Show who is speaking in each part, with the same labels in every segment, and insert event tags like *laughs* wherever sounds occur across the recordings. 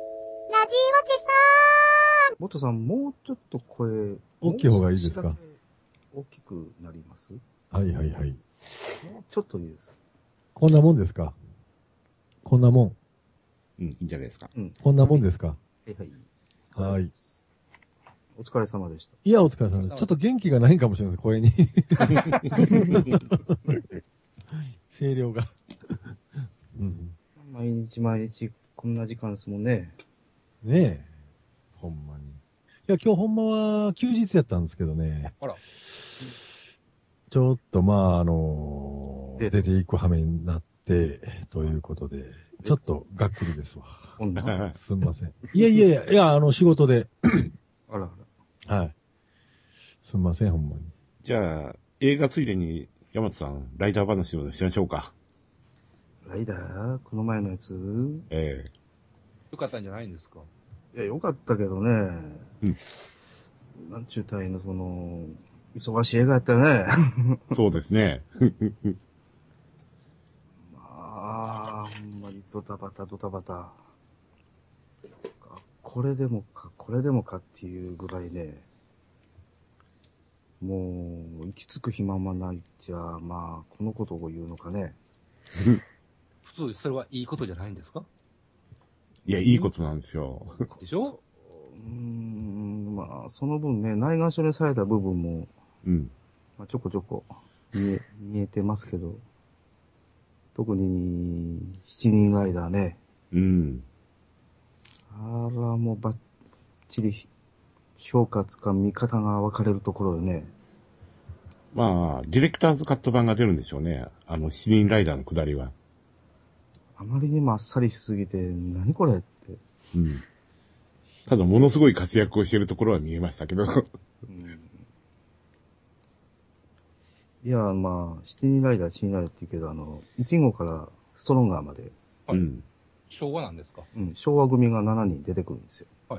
Speaker 1: じおじさ
Speaker 2: モトさん、もうちょっと声、
Speaker 3: 大きい方がいいですか
Speaker 2: もう少しだけ大きくなります
Speaker 3: はいはいは
Speaker 2: もう
Speaker 3: い。
Speaker 2: ちょっといいです。
Speaker 3: こんなもんですかこんなもん。
Speaker 4: うん、いいんじゃないですか。
Speaker 2: うん。
Speaker 3: こんなもんですか
Speaker 2: はいはい。
Speaker 3: はい。
Speaker 2: お疲れ様でした。
Speaker 3: いや、お疲れ様です。ちょっと元気がないんかもしれません、声 *laughs* に。声量が。うん。
Speaker 2: 毎日毎日、こんな時間ですもんね。
Speaker 3: ねえ。ほんまに。いや、今日ほんまは休日やったんですけどね。
Speaker 4: あら。
Speaker 3: ちょっと、まあ、あの
Speaker 2: 出て
Speaker 3: 出ていく羽目になって、ということで、ちょっとがっくりですわ。
Speaker 2: こ
Speaker 3: *laughs*
Speaker 2: んな。あ
Speaker 3: すんません。いやいやいや、いや、あの、仕事で。
Speaker 2: らあら。
Speaker 3: はい。すんません、ほんまに。
Speaker 4: *laughs* じゃあ、映画ついでに、山田さん、ライダー話をしましょうか。
Speaker 2: ライダーこの前のやつ
Speaker 4: ええ
Speaker 5: よかったんじゃないんですか
Speaker 2: いや、よかったけどね。
Speaker 4: うん。
Speaker 2: なんちゅうたらいいの、その、忙しい映画やったよね。
Speaker 4: そうです *laughs* ね。
Speaker 2: まあ、ほんまにドタバタドタバタ。あこれでもか、これでもかっていうぐらいね、もう、行き着く暇もないじゃあ、まあ、このことを言うのかね。
Speaker 5: 普通、それはいいことじゃないんですか
Speaker 4: いや、いいことなんですよ。
Speaker 5: でしょ
Speaker 2: うーん、まあ、その分ね、内眼症にされた部分も、
Speaker 4: うん。
Speaker 2: まあ、ちょこちょこ見え、見えてますけど、特に、七人ライダーね。
Speaker 4: うん。
Speaker 2: あら、もうばっちり評価つか見方が分かれるところよね。
Speaker 4: まあ、ディレクターズカット版が出るんでしょうね。あの、七人ライダーの下りは。
Speaker 2: あまりにもあっさりしすぎて、何これって。
Speaker 4: うん。ただ、ものすごい活躍をしているところは見えましたけど。 *laughs*
Speaker 2: いや、まあ、七人ライダー、七人ライダーって言うけど、あの、1号からストロンガーまで、
Speaker 5: はい
Speaker 4: うん。
Speaker 5: 昭和なんですか
Speaker 2: うん、昭和組が7人出てくるんですよ。
Speaker 4: *laughs*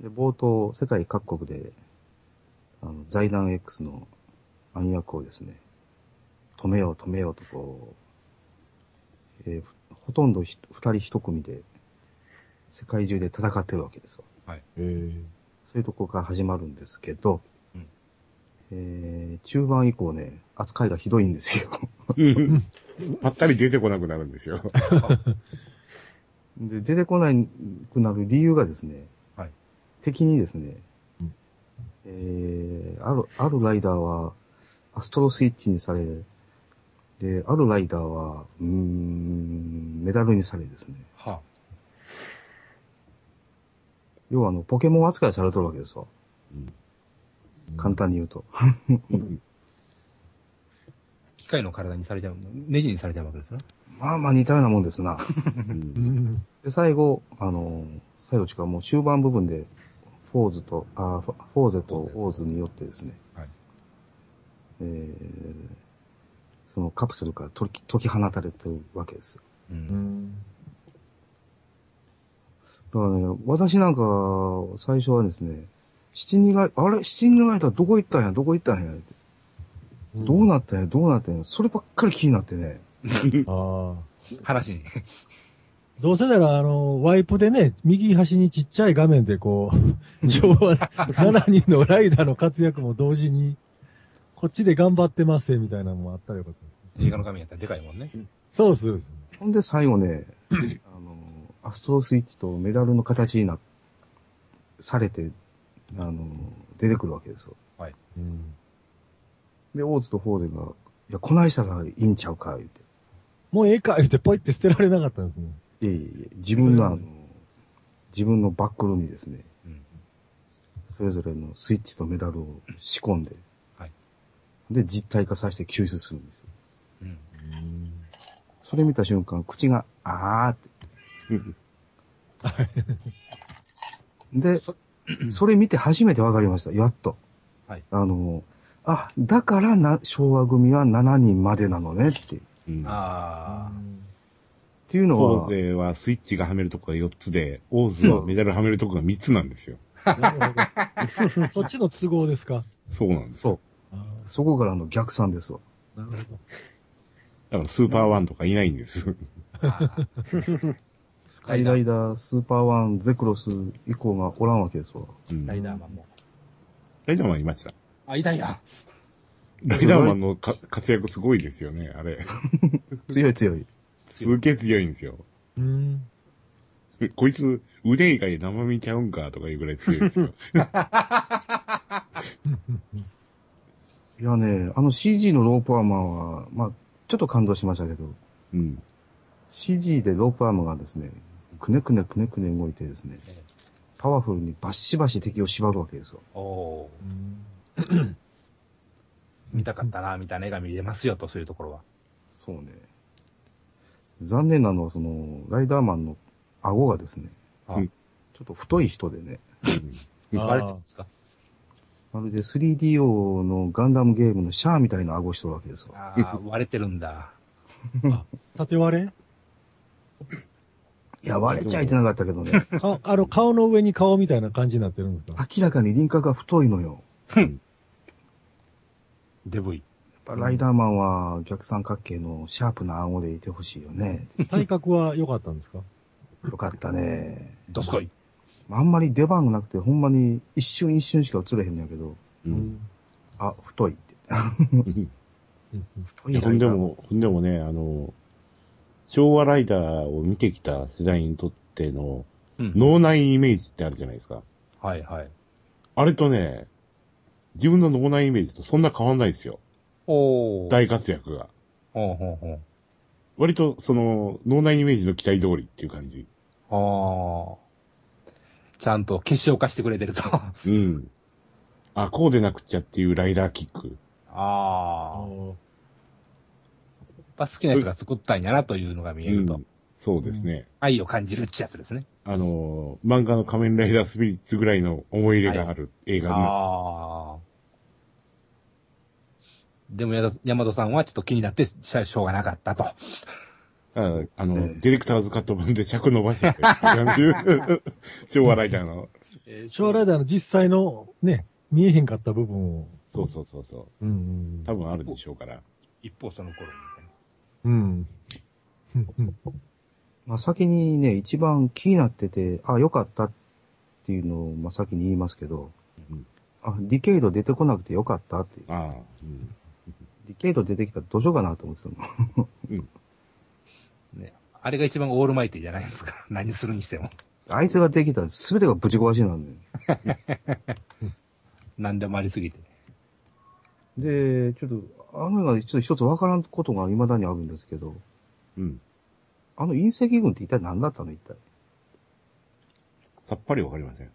Speaker 2: で、冒頭、世界各国で、あの、財団 X の暗躍をですね、止めよう止めようとこう、えーふほとんどひ二人一組で、世界中で戦ってるわけですよ。
Speaker 3: えー、
Speaker 2: そういうとこから始まるんですけど、
Speaker 5: うん
Speaker 2: えー中盤以降ね、扱いがひどいんですよ。
Speaker 4: うんぱったり出てこなくなるんですよ。
Speaker 2: で、出てこないくなる理由がですね、
Speaker 5: はい
Speaker 2: 敵にですね、
Speaker 3: うん
Speaker 2: えー、ある、あるライダーは、アストロスイッチにされ、で、あるライダーは、うーん、メダルにされですね。
Speaker 5: は
Speaker 2: 要は、あの、ポケモン扱いされとるわけですわ。簡単に言うと。
Speaker 4: うん
Speaker 5: あ、機械の体にされちゃう、ネジにされちゃうわけですね。
Speaker 2: まあまあ似たようなもんですな。
Speaker 4: うん
Speaker 3: うん。
Speaker 2: で、最後、あの、最後ちかもう終盤部分で、フォーズと、あフォフォーゼとオーズによってですね、
Speaker 5: はい
Speaker 2: えー、そのカプセルから解き解き放たれてるわけですよ。
Speaker 5: う。
Speaker 3: うんん。
Speaker 2: だからね、私なんか、最初はですね、七人が、あれ七人がいたらどこ行ったんやどこ行ったんやってどうなったんやどうなったんやそればっかり気になってね。
Speaker 3: ああ。
Speaker 5: 話に。
Speaker 3: どうせなら、あの、ワイプでね、右端にちっちゃい画面でこう、昭和7人のライダーの活躍も同時に、こっちで頑張ってますみたいなのもあったらよかった。
Speaker 5: 映画の画面やったらでかいもんね。
Speaker 3: そうそうです。
Speaker 2: ほんで最後ね、あの、アストロスイッチとメダルの形にな、されて、あの、出てくるわけですよ。
Speaker 3: うん。
Speaker 2: で、オーズとフォーデが、いや、こないしたらいいんちゃうか、言って。
Speaker 3: もうええか、言ってポイって捨てられなかったんですね。
Speaker 2: いえいえ、自分のあの
Speaker 3: うん、
Speaker 2: 自分のバックルにですね、
Speaker 5: うん。
Speaker 2: それぞれのスイッチとメダルを仕込んで、
Speaker 5: はい
Speaker 2: で、実体化させて救出するんですよ。
Speaker 5: うん。
Speaker 2: それ見た瞬間、口が、あーって。で、 *clears throat*
Speaker 5: そ
Speaker 2: それ見て初めて分かりました。やっと。
Speaker 5: はい
Speaker 2: あの、あ、だからな、昭和組は7人までなのねって。っ
Speaker 4: うん
Speaker 5: あ
Speaker 2: ていうの
Speaker 4: オ
Speaker 2: は
Speaker 4: ー、ゼはスイッチがはめるとこが4つで、オーズはメダルはめるとこが3つなんですよ。
Speaker 3: あ。なるほど *laughs* そっちの都合ですか。
Speaker 4: そうなんです。
Speaker 2: そ
Speaker 3: あ
Speaker 2: う。そこからの逆算ですわ。
Speaker 3: あ、なるほど。
Speaker 4: だからスーパーワンとかいないんです。
Speaker 5: ーあー。
Speaker 2: スカイライダー、スーパーワン、ゼクロス以降がおらんわけですわ。
Speaker 4: うん
Speaker 5: ライダーマンも。
Speaker 4: ライダーマンいました。
Speaker 5: あ、いたいた。
Speaker 4: ライダーマンのか活躍すごいですよね、あれ。
Speaker 2: 強い強い。
Speaker 4: すげえ *laughs* 強いんですよ。
Speaker 6: うん。
Speaker 4: えこいつ、腕以外生身ちゃうんかとかいうぐらい強いです *laughs* よ。
Speaker 2: いやね、あの CG のロープアーマーは、まあ、ちょっと感動しましたけど、
Speaker 4: うん。
Speaker 2: CG でロープアーマーがですね、くねくねくねくね動いてですね
Speaker 5: ええ、
Speaker 2: パワフルにバッシバシ敵を縛るわけですよ。
Speaker 5: おおー見たかったな、みたいな絵が見れますよと、そういうところは。
Speaker 2: そうね。残念なのは、その、ライダーマンの顎がですね、
Speaker 5: あ
Speaker 4: うん
Speaker 2: ちょっと太い人でね、
Speaker 4: うん
Speaker 5: バレてるんですか
Speaker 2: まるで 3DO のガンダムゲームのシャアみたいな顎してるわけですよ。
Speaker 5: ああ、 *laughs* 割れてるんだ。
Speaker 6: 縦割れ
Speaker 2: いや、割れちゃいけなかったけどね、
Speaker 6: 顔あの、顔の上に顔みたいな感じになってるんですか
Speaker 2: 明らかに輪郭が太いのよ。
Speaker 5: デブイ。
Speaker 2: やっぱライダーマンは逆三角形のシャープな顎でいてほしいよね。
Speaker 6: 体格は良かったんですか
Speaker 2: よかったね。
Speaker 5: どすこい。
Speaker 2: あんまり出番がなくて、ほんまに一瞬一瞬しか映れへんのやけど、
Speaker 4: うん。
Speaker 2: あ、太いって。
Speaker 6: うんうん
Speaker 2: 太
Speaker 4: い
Speaker 2: い
Speaker 4: や、
Speaker 2: ラ
Speaker 4: ほん
Speaker 2: イ
Speaker 4: で
Speaker 2: ダー
Speaker 4: も、ほんでもね、あの、昭和ライダーを見てきた世代にとっての
Speaker 5: うん
Speaker 4: 脳内イメージってあるじゃないですか。
Speaker 5: はいはい。
Speaker 4: あれとね、自分の脳内イメージとそんな変わんないですよ。
Speaker 5: おお。
Speaker 4: 大活躍が。
Speaker 5: ほうほうほ
Speaker 4: 割と、その、脳内イメージの期待通りっていう感じ。
Speaker 5: う。ああ。ちゃんと結晶化してくれてると。あ
Speaker 4: うん。あ、こうでなくちゃっていうライダーキック。
Speaker 6: あ
Speaker 5: *laughs* あ。
Speaker 6: ー
Speaker 5: やっぱ好きな人が作ったんやなというのが見えると。
Speaker 4: うんそうですね。
Speaker 5: 愛を感じるってやつですね。
Speaker 4: あの、漫画の仮面ライダースピリッツぐらいの思い入れがある映画になっ
Speaker 5: ああ。でもやだ、山戸さんはちょっと気になってししょうがなかったと。
Speaker 4: ああの、
Speaker 2: ね
Speaker 4: ディレクターズカット版で尺伸ばしてて、 *laughs* 昭和ライダーの。
Speaker 6: 昭和ライダーの実際のね、見えへんかった部分を。
Speaker 4: そうそうそうそう。
Speaker 6: うん
Speaker 4: 多分あるでしょうから。
Speaker 5: 一方その頃みたいな。
Speaker 6: うん。うん。うん
Speaker 2: まあ、先にね、一番気になってて、あ、よかったっていうのを、まあ、先に言いますけど、
Speaker 4: うん
Speaker 2: あ、ディケイド出てこなくてよかったっていう。
Speaker 4: ああ、うん。
Speaker 2: ディケイド出てきたらどうしようかなと思ってたの。
Speaker 5: ね。あれが一番オールマイティじゃないですか。 *laughs* 何するにしても。
Speaker 2: あいつができたら全てがぶち壊しなんだよ。
Speaker 5: 何でもありすぎて。
Speaker 2: で、ちょっと、あのが一つ一つわからんことが未だにあるんですけど、
Speaker 4: うん。
Speaker 2: あの隕石群って一体何だったの一体。
Speaker 4: さっぱりわかりません。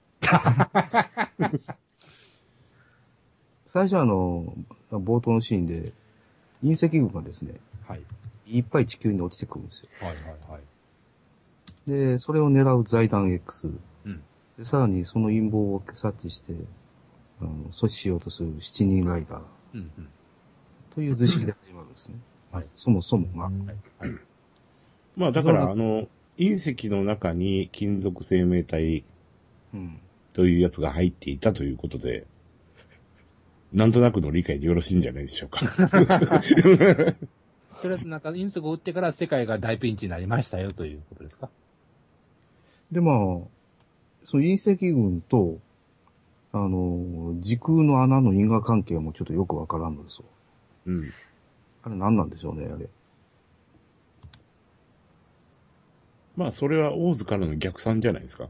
Speaker 2: 最初あの、冒頭のシーンで、隕石群がですね、
Speaker 5: はい。
Speaker 2: いっぱい地球に落ちてくるんですよ。
Speaker 5: はいはいはい。
Speaker 2: で、それを狙う財団 X。
Speaker 5: うん
Speaker 2: でさらにその陰謀を察知して、あの阻止しようとする七人ライダー
Speaker 5: うんうん。
Speaker 2: という図式で始まるんですね。
Speaker 5: はい。
Speaker 2: そもそもが。
Speaker 4: まあだから、
Speaker 2: そう
Speaker 4: あの、隕石の中に金属生命体
Speaker 2: うん。
Speaker 4: というやつが入っていたということで、なんとなくの理解でよろしいんじゃないでしょうか。
Speaker 5: とりあえずなんか隕石を打ってから世界が大ピンチになりましたよということですか。
Speaker 2: で、まあ、その隕石群と、あの、時空の穴の因果関係もちょっとよくわからんのですよ。
Speaker 4: うん。
Speaker 2: あれ何なんでしょうね、あれ。
Speaker 4: まあそれはオーズからの逆算じゃないですか。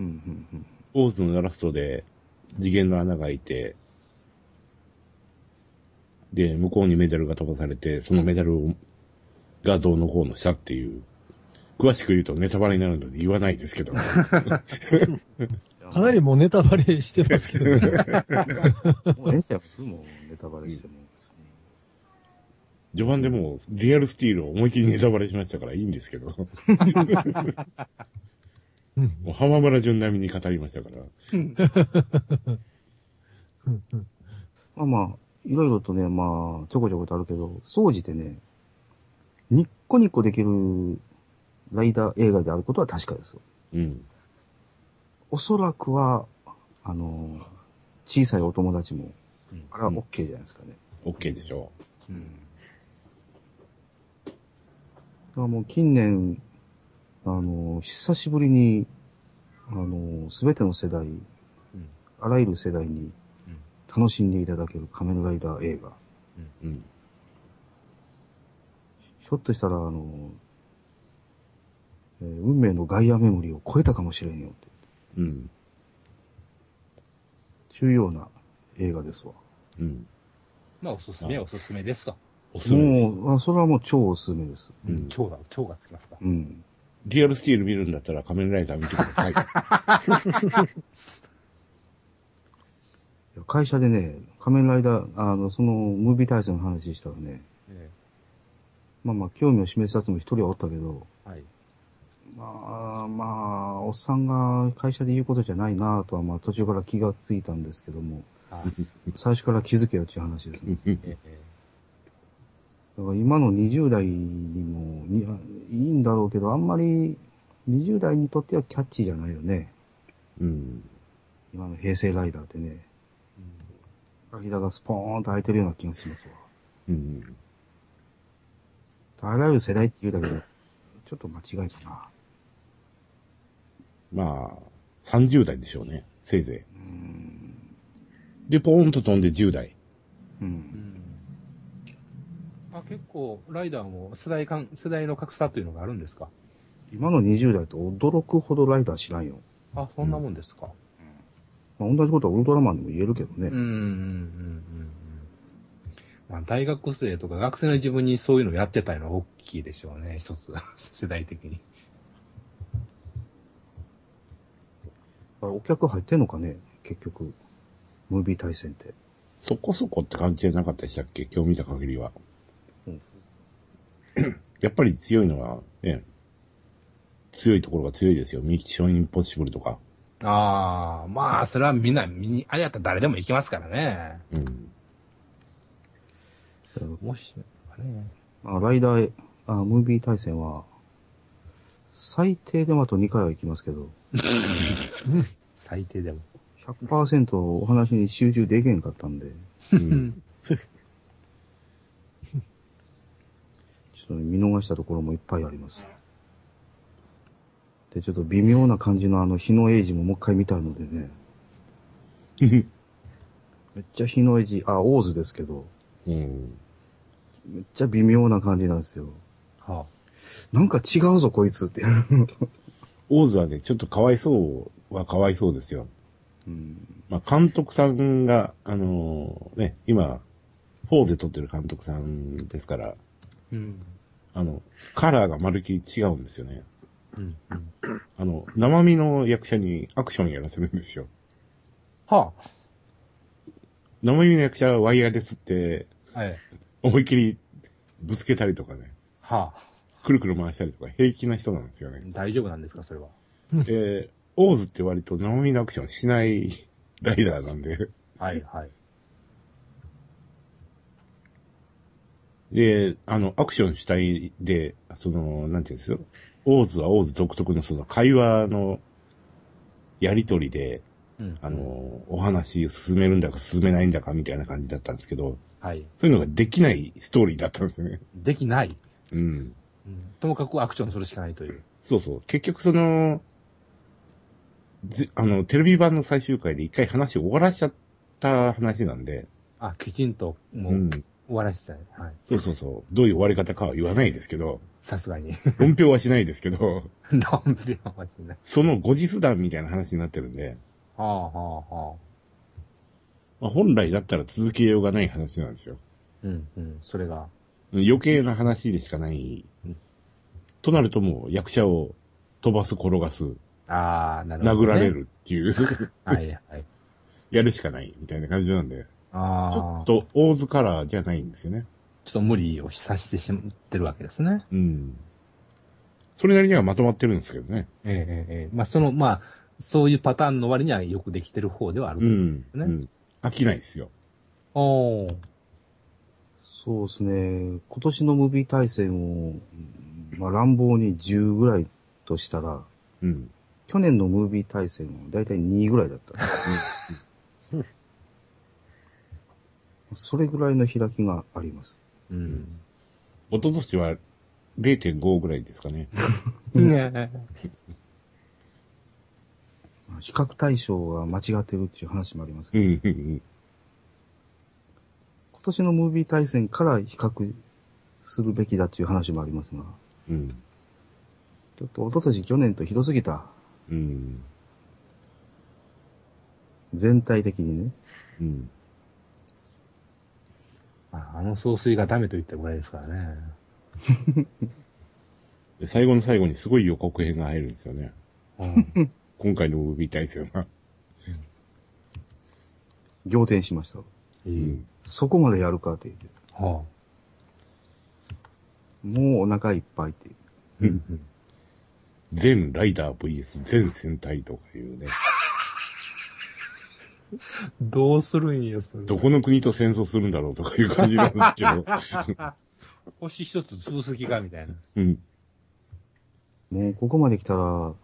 Speaker 2: うん、うん、うん。
Speaker 4: オーズのラストで次元の穴が開いて、で、向こうにメダルが飛ばされて、そのメダルをがどうのこうのしたっていう、詳しく言うとネタバレになるので言わないですけど。
Speaker 6: かなりもうネタバレしてますけど
Speaker 5: *laughs*
Speaker 6: ね。
Speaker 2: もうええんちゃいますもうネタバレしても。別に
Speaker 4: 序盤でもう、リアルスティールを思い切りネタバレしましたからいいんですけど、も
Speaker 6: うん
Speaker 4: う浜村淳並みに語りましたから。
Speaker 6: うんうん
Speaker 2: まあまあ、いろいろとね、まあ、ちょこちょことあるけど、総じてね、ニッコニコできるライダー映画であることは確かです。
Speaker 4: うん。
Speaker 2: おそらくは、あの、小さいお友達も
Speaker 5: うん、
Speaker 2: あれは OK じゃないですかね。
Speaker 4: OK でしょ
Speaker 5: うん。
Speaker 2: だからもう近年、あの、久しぶりに、あの、すべての世代、あらゆる世代に
Speaker 5: うん
Speaker 2: 楽しんでいただける仮面ライダー映画。
Speaker 4: うん。
Speaker 2: ひょっとしたら、あの、えー運命のガイアメモリーを超えたかもしれんよって、
Speaker 4: うん。
Speaker 2: 重要な映画ですわ。
Speaker 4: うん。
Speaker 5: まあ、おすすめはおすすめですと。
Speaker 4: おすすめです。
Speaker 2: もう、あそれはもう超おすすめです。
Speaker 4: うん
Speaker 5: 蝶が、蝶がつきますか。
Speaker 2: うん。
Speaker 4: リアルスティール見るんだったら仮面ライダー見てください。
Speaker 2: いや会社でね、仮面ライダー、あの、その、ムービー体制の話したらね、
Speaker 5: え
Speaker 2: まあまあ、興味を示すやつも一人はおったけど、
Speaker 5: えはい。
Speaker 2: まあまあ、おっさんが会社で言うことじゃないなとは、まあ途中から気がついたんですけども、
Speaker 5: あ
Speaker 2: 最初から気づけよっていう話ですね。
Speaker 5: *laughs* えええ
Speaker 2: だから今の20代にもにあいいんだろうけど、あんまり20代にとってはキャッチーじゃないよね。
Speaker 4: うん。
Speaker 2: 今の平成ライダーってね。間がスポーンと空いてるような気がします
Speaker 4: うん。
Speaker 2: わ。あらゆる世代って言うだけど、ちょっと間違いかな。
Speaker 4: まあ、30代でしょうね。せいぜ
Speaker 2: うーん。
Speaker 4: い。で、ポーンと飛んで10代。
Speaker 2: う。
Speaker 5: うんんあ結構、ライダーも世代間世代の格差というのがあるんですか
Speaker 2: 今の20代って驚くほどライダー知らんよ。
Speaker 5: あ、そんなもんですか。
Speaker 2: まあ、同じことはウルトラマンでも言えるけどね。
Speaker 5: うん、うん、うん、うん。まあ、大学生とか学生の自分にそういうのをやってたのは大きいでしょうね、一つ、 *laughs* 世代的に。
Speaker 2: あお客入ってんのかね結局。ムービー対戦って。
Speaker 4: そこそこって感じじゃなかったでしたっけ今日見た限りは。
Speaker 2: うん
Speaker 4: *clears throat* やっぱり強いのは、ね、強いところが強いですよ。ミッションインポッシブルとか。
Speaker 5: ああ、まあ、それはみんな、みに、あれやったら誰でも行きますからね。
Speaker 4: うん。
Speaker 5: もし、あれ
Speaker 2: まあ、ライダー、あムービー対戦は、最低でもあと2回は行きますけど、
Speaker 5: 最低でも。
Speaker 2: 100%お話に集中できへんかったんで、 *laughs*
Speaker 4: うん。
Speaker 2: ちょっと見逃したところもいっぱいあります。で、ちょっと微妙な感じのあの、日のエイジももう一回見たいのでね、めっちゃ日のエイジ、あ、オーズですけど、
Speaker 4: うん。
Speaker 2: めっちゃ微妙な感じなんですよ。
Speaker 5: は
Speaker 2: なんか違うぞ、こいつって。
Speaker 4: オーズはね、ちょっとかわいそうはかわいそうですよ。
Speaker 2: うん。
Speaker 4: まあ、監督さんが、あのーね、今、フォーゼ撮ってる監督さんですから、
Speaker 5: あ。うん。
Speaker 4: あの、カラーがまるっきり違うんですよね。
Speaker 5: うん。うん
Speaker 4: あの、生身の役者にアクションやらせるんですよ。
Speaker 5: は
Speaker 4: 生身の役者はワイヤーで釣って、
Speaker 5: あ。はい。
Speaker 4: 思いっきりぶつけたりとかね、
Speaker 5: はあ。
Speaker 4: くるくる回したりとか平気な人なんですよ
Speaker 5: *laughs*
Speaker 4: ね。
Speaker 5: 大丈夫なんですか、それは。
Speaker 4: で、オーズって割と生身のアクションしないライダーなんで、
Speaker 5: はい、はい。
Speaker 4: で、あの、アクション主体で、その、なんていうんですよ。オーズはオーズ独特のその会話のやりとりで、
Speaker 5: うん。
Speaker 4: あの、、お話進めるんだか進めないんだかみたいな感じだったんですけど、
Speaker 5: はい。
Speaker 4: そういうのができないストーリーだったんですね。
Speaker 5: できない。
Speaker 4: うん。
Speaker 5: うんともかくアクションするしかないという。
Speaker 4: そうそう。結局その、ずあの、テレビ版の最終回で一回話を終わらしちゃった話なんで、
Speaker 5: あ、きちんと、も
Speaker 4: う
Speaker 5: う、
Speaker 4: ん。
Speaker 5: 終わらせたい。はい。
Speaker 4: そうそうそう。どういう終わり方かは言わないですけど、
Speaker 5: さすが *laughs* に。
Speaker 4: 論評はしないですけど、
Speaker 5: ダンビはマジね。
Speaker 4: その後日談みたいな話になってるんで、
Speaker 5: はあ、はあ、はあ。
Speaker 4: まあ、本来だったら続けようがない話なんですよ。
Speaker 5: うん、うん。それが、
Speaker 4: 余計な話でしかない。
Speaker 5: うん
Speaker 4: となるともう役者を飛ばす、転がす、
Speaker 5: ああ、なるほど、
Speaker 4: 殴
Speaker 5: ね。
Speaker 4: られ。るっていう、 *laughs*
Speaker 5: はい、はい。
Speaker 4: やるしかないみたいな感じなんで、
Speaker 5: ああ。
Speaker 4: ちょっ。と大ズカラーじゃないんですよね。
Speaker 5: ちょっと無理をさしてしまってるわけですね。
Speaker 4: うん。それなりにはまとまってるんですけどね。
Speaker 5: ええええええ。まあ、その、まあ、そういうパターンの割にはよくできてる方ではある。
Speaker 4: うん。
Speaker 5: ね
Speaker 4: うん。飽きないですよ。
Speaker 5: おお。
Speaker 2: そうですね。今年のムービー対戦を、まあ、乱暴に10ぐらいとしたら、
Speaker 4: うん。
Speaker 2: 去年のムービー対戦はだいたい2ぐらいだった。それぐらいの開きがあります。
Speaker 5: うん。
Speaker 4: 一昨年は0.5ぐらいですかね。
Speaker 5: ね
Speaker 2: まあ比較対象が間違ってるっていう話もありますけ
Speaker 4: う
Speaker 2: ど、
Speaker 4: ん、うん、うん。
Speaker 2: 今年のムービー対戦から比較するべきだっていう話もありますが、
Speaker 4: うん。
Speaker 2: ちょっと一昨年去年とひどすぎた。
Speaker 4: うん。
Speaker 2: 全体的にね。
Speaker 4: うん。
Speaker 5: まああの総帥がダメと言ったぐらいですから *laughs* ね。
Speaker 4: で最後の最後にすごい予告編が入るんですよね。
Speaker 5: うん、
Speaker 4: 今回の OB 対戦は。
Speaker 2: 仰天しました。
Speaker 5: いうい。
Speaker 4: ん。
Speaker 2: そこまでやるかって言って。
Speaker 5: は
Speaker 2: もうお腹いっぱいって。
Speaker 5: あ、うんうん
Speaker 4: 全ライダー VS 全戦隊とかいうね。
Speaker 5: どうするんや、それ。
Speaker 4: どこの国と戦争するんだろうとかいう感じなんですけど。
Speaker 5: *laughs* 星一つ潰す気か、みたいな。
Speaker 4: うん。
Speaker 2: もうここまで来たら、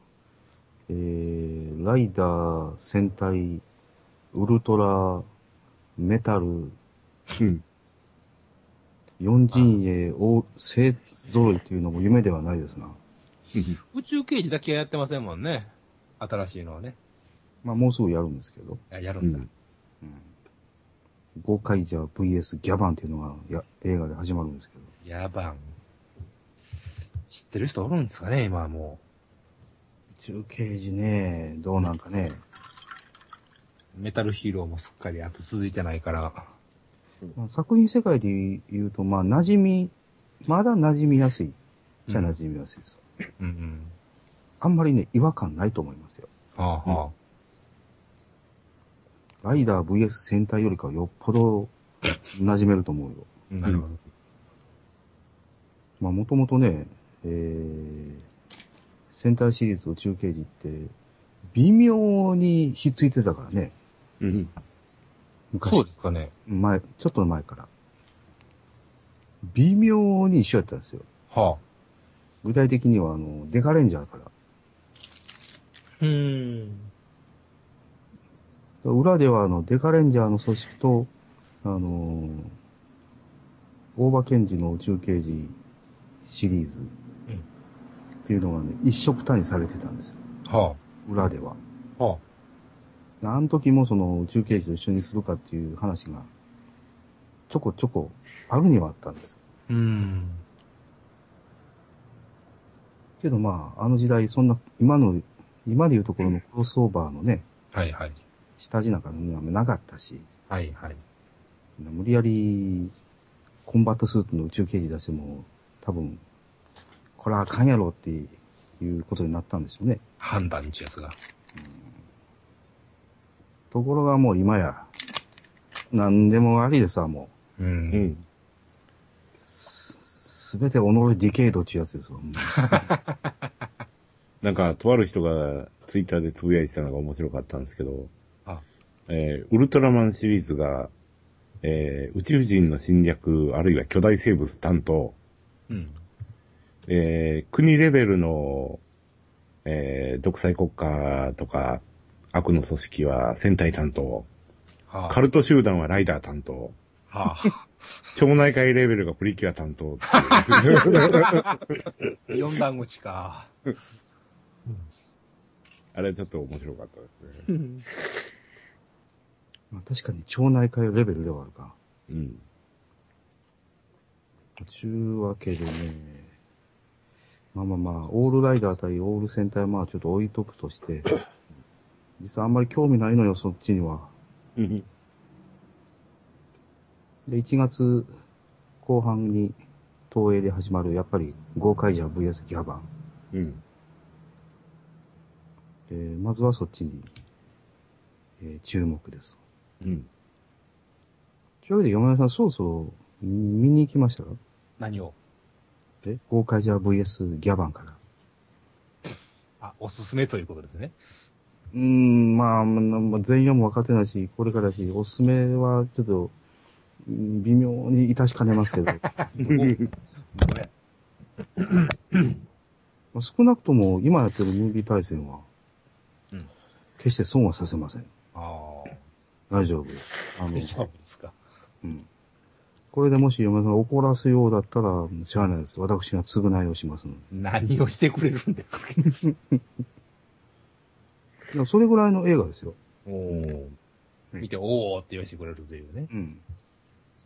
Speaker 2: えー、ライダー、戦隊、ウルトラ、メタル、
Speaker 4: うん。
Speaker 2: 四陣営、お勢揃いというのも夢ではないですな。
Speaker 5: 宇宙刑事だけはやってませんもんね。新しいのはね。
Speaker 2: まあもうすぐやるんですけど。
Speaker 5: ややる
Speaker 4: うん
Speaker 5: だ。
Speaker 4: ん。
Speaker 2: ゴカイジャー VS ギャバンっていうのがや映画で始まるんですけど。
Speaker 5: やばん。知ってる人おるんですかね、今はも
Speaker 2: 中継時ね、どうなんかね。
Speaker 5: う。メタルヒーローもすっかり後続いてないから。
Speaker 2: まあ作品世界で言うと、まあ馴染み、まだ馴染みやすい。じゃ馴染みやすいです。
Speaker 5: うんうん。
Speaker 2: あんまりね、違和感ないと思いますよ。
Speaker 5: はあは
Speaker 2: ライダー VS 戦隊よりかはよっぽど馴染めると思うよ。
Speaker 5: あ。なるほど。
Speaker 2: まあ、もともとね、えー、戦隊シリーズと中継時って、微妙にひっついてたからね。
Speaker 4: うん。
Speaker 2: 昔。
Speaker 5: そうですかね。
Speaker 2: 前、ちょっと前から。微妙に一緒やったんですよ。
Speaker 5: はあ。
Speaker 2: 具体的には、あの、デカレンジャーから。
Speaker 5: うーん。
Speaker 2: 裏では、あの、デカレンジャーの組織と、あのー大場健二の宇宙刑事シリーズ。っていうのがね、一色単にされてたんですよ。
Speaker 5: は
Speaker 2: 裏では。
Speaker 5: あ。は
Speaker 2: あの時もその宇宙刑事と一緒にするかっていう話が、ちょこちょこあるにはあったんです。
Speaker 5: あ。うーん。
Speaker 2: けどまあ、あの時代、そんな、今の、今でいうところのクロスオーバーのね、
Speaker 5: はいはい。
Speaker 2: 下地なんかなかったし、
Speaker 5: はいはい。
Speaker 2: 無理やり、コンバットスーツの宇宙刑事出しても、多分、これはあかんやろっていうことになったんでしょうね。
Speaker 5: 判断ってやつが。
Speaker 2: ところがもう今や、何でもありでさ、も
Speaker 5: う。
Speaker 4: うんん。
Speaker 2: う、すすべて己ディケイドっていうやつですわ。もう
Speaker 4: なんか、とある人がツイッターでつぶやいてたのが面白かったんですけど、
Speaker 5: あ
Speaker 4: えーウルトラマンシリーズが、えー宇宙人の侵略、あるいは巨大生物担当、
Speaker 5: うん。
Speaker 4: えー国レベルの、えー独裁国家とか、悪の組織は戦隊担当、
Speaker 5: はあ。
Speaker 4: カルト集団はライダー担当、
Speaker 5: は
Speaker 4: 町内会レベルがプリキュア担当 *laughs* っていう。
Speaker 5: あ。四段落ちか。
Speaker 4: あれちょっと面白かったですね。
Speaker 2: まあ確かに町内会レベルではあるか。
Speaker 4: うん。
Speaker 2: ちゅうわけでね、まあまあまあ、オールライダー対オール戦隊はまあちょっと置いとくとして、実はあんまり興味ないのよ、そっちには。
Speaker 4: うん
Speaker 2: で、1月後半に東映で始まる、やっぱり、豪快者 VS ギャバン。
Speaker 4: うん。
Speaker 2: えーまずはそっちに、えー注目です。
Speaker 4: うん。
Speaker 2: ちょいで山根さん、そうそう、見に行きましたか
Speaker 5: 何を
Speaker 2: え豪快者 VS ギャバンから。
Speaker 5: あ、おすすめということですね。
Speaker 2: うーん、まあ、まあまあ全容も分かってないし、これからだし、おすすめはちょっと、うん微妙にいたしかね *laughs* ますけど、ま
Speaker 5: これ。
Speaker 2: あ少なくとも今やってるムービー対戦は
Speaker 5: うん、
Speaker 2: 決して損はさせません。
Speaker 5: ああ。 *laughs*
Speaker 2: 大丈夫です。あの
Speaker 5: 大、丈夫ですか。
Speaker 2: うん。これでもし嫁さんが怒らすようだったら、しゃあないです。私が償いをしますので。
Speaker 5: 何をしてくれるんですか
Speaker 2: でもそれぐらいの映画ですよ。
Speaker 5: おー。見て、おーって言わしてくれるというね。
Speaker 2: うん。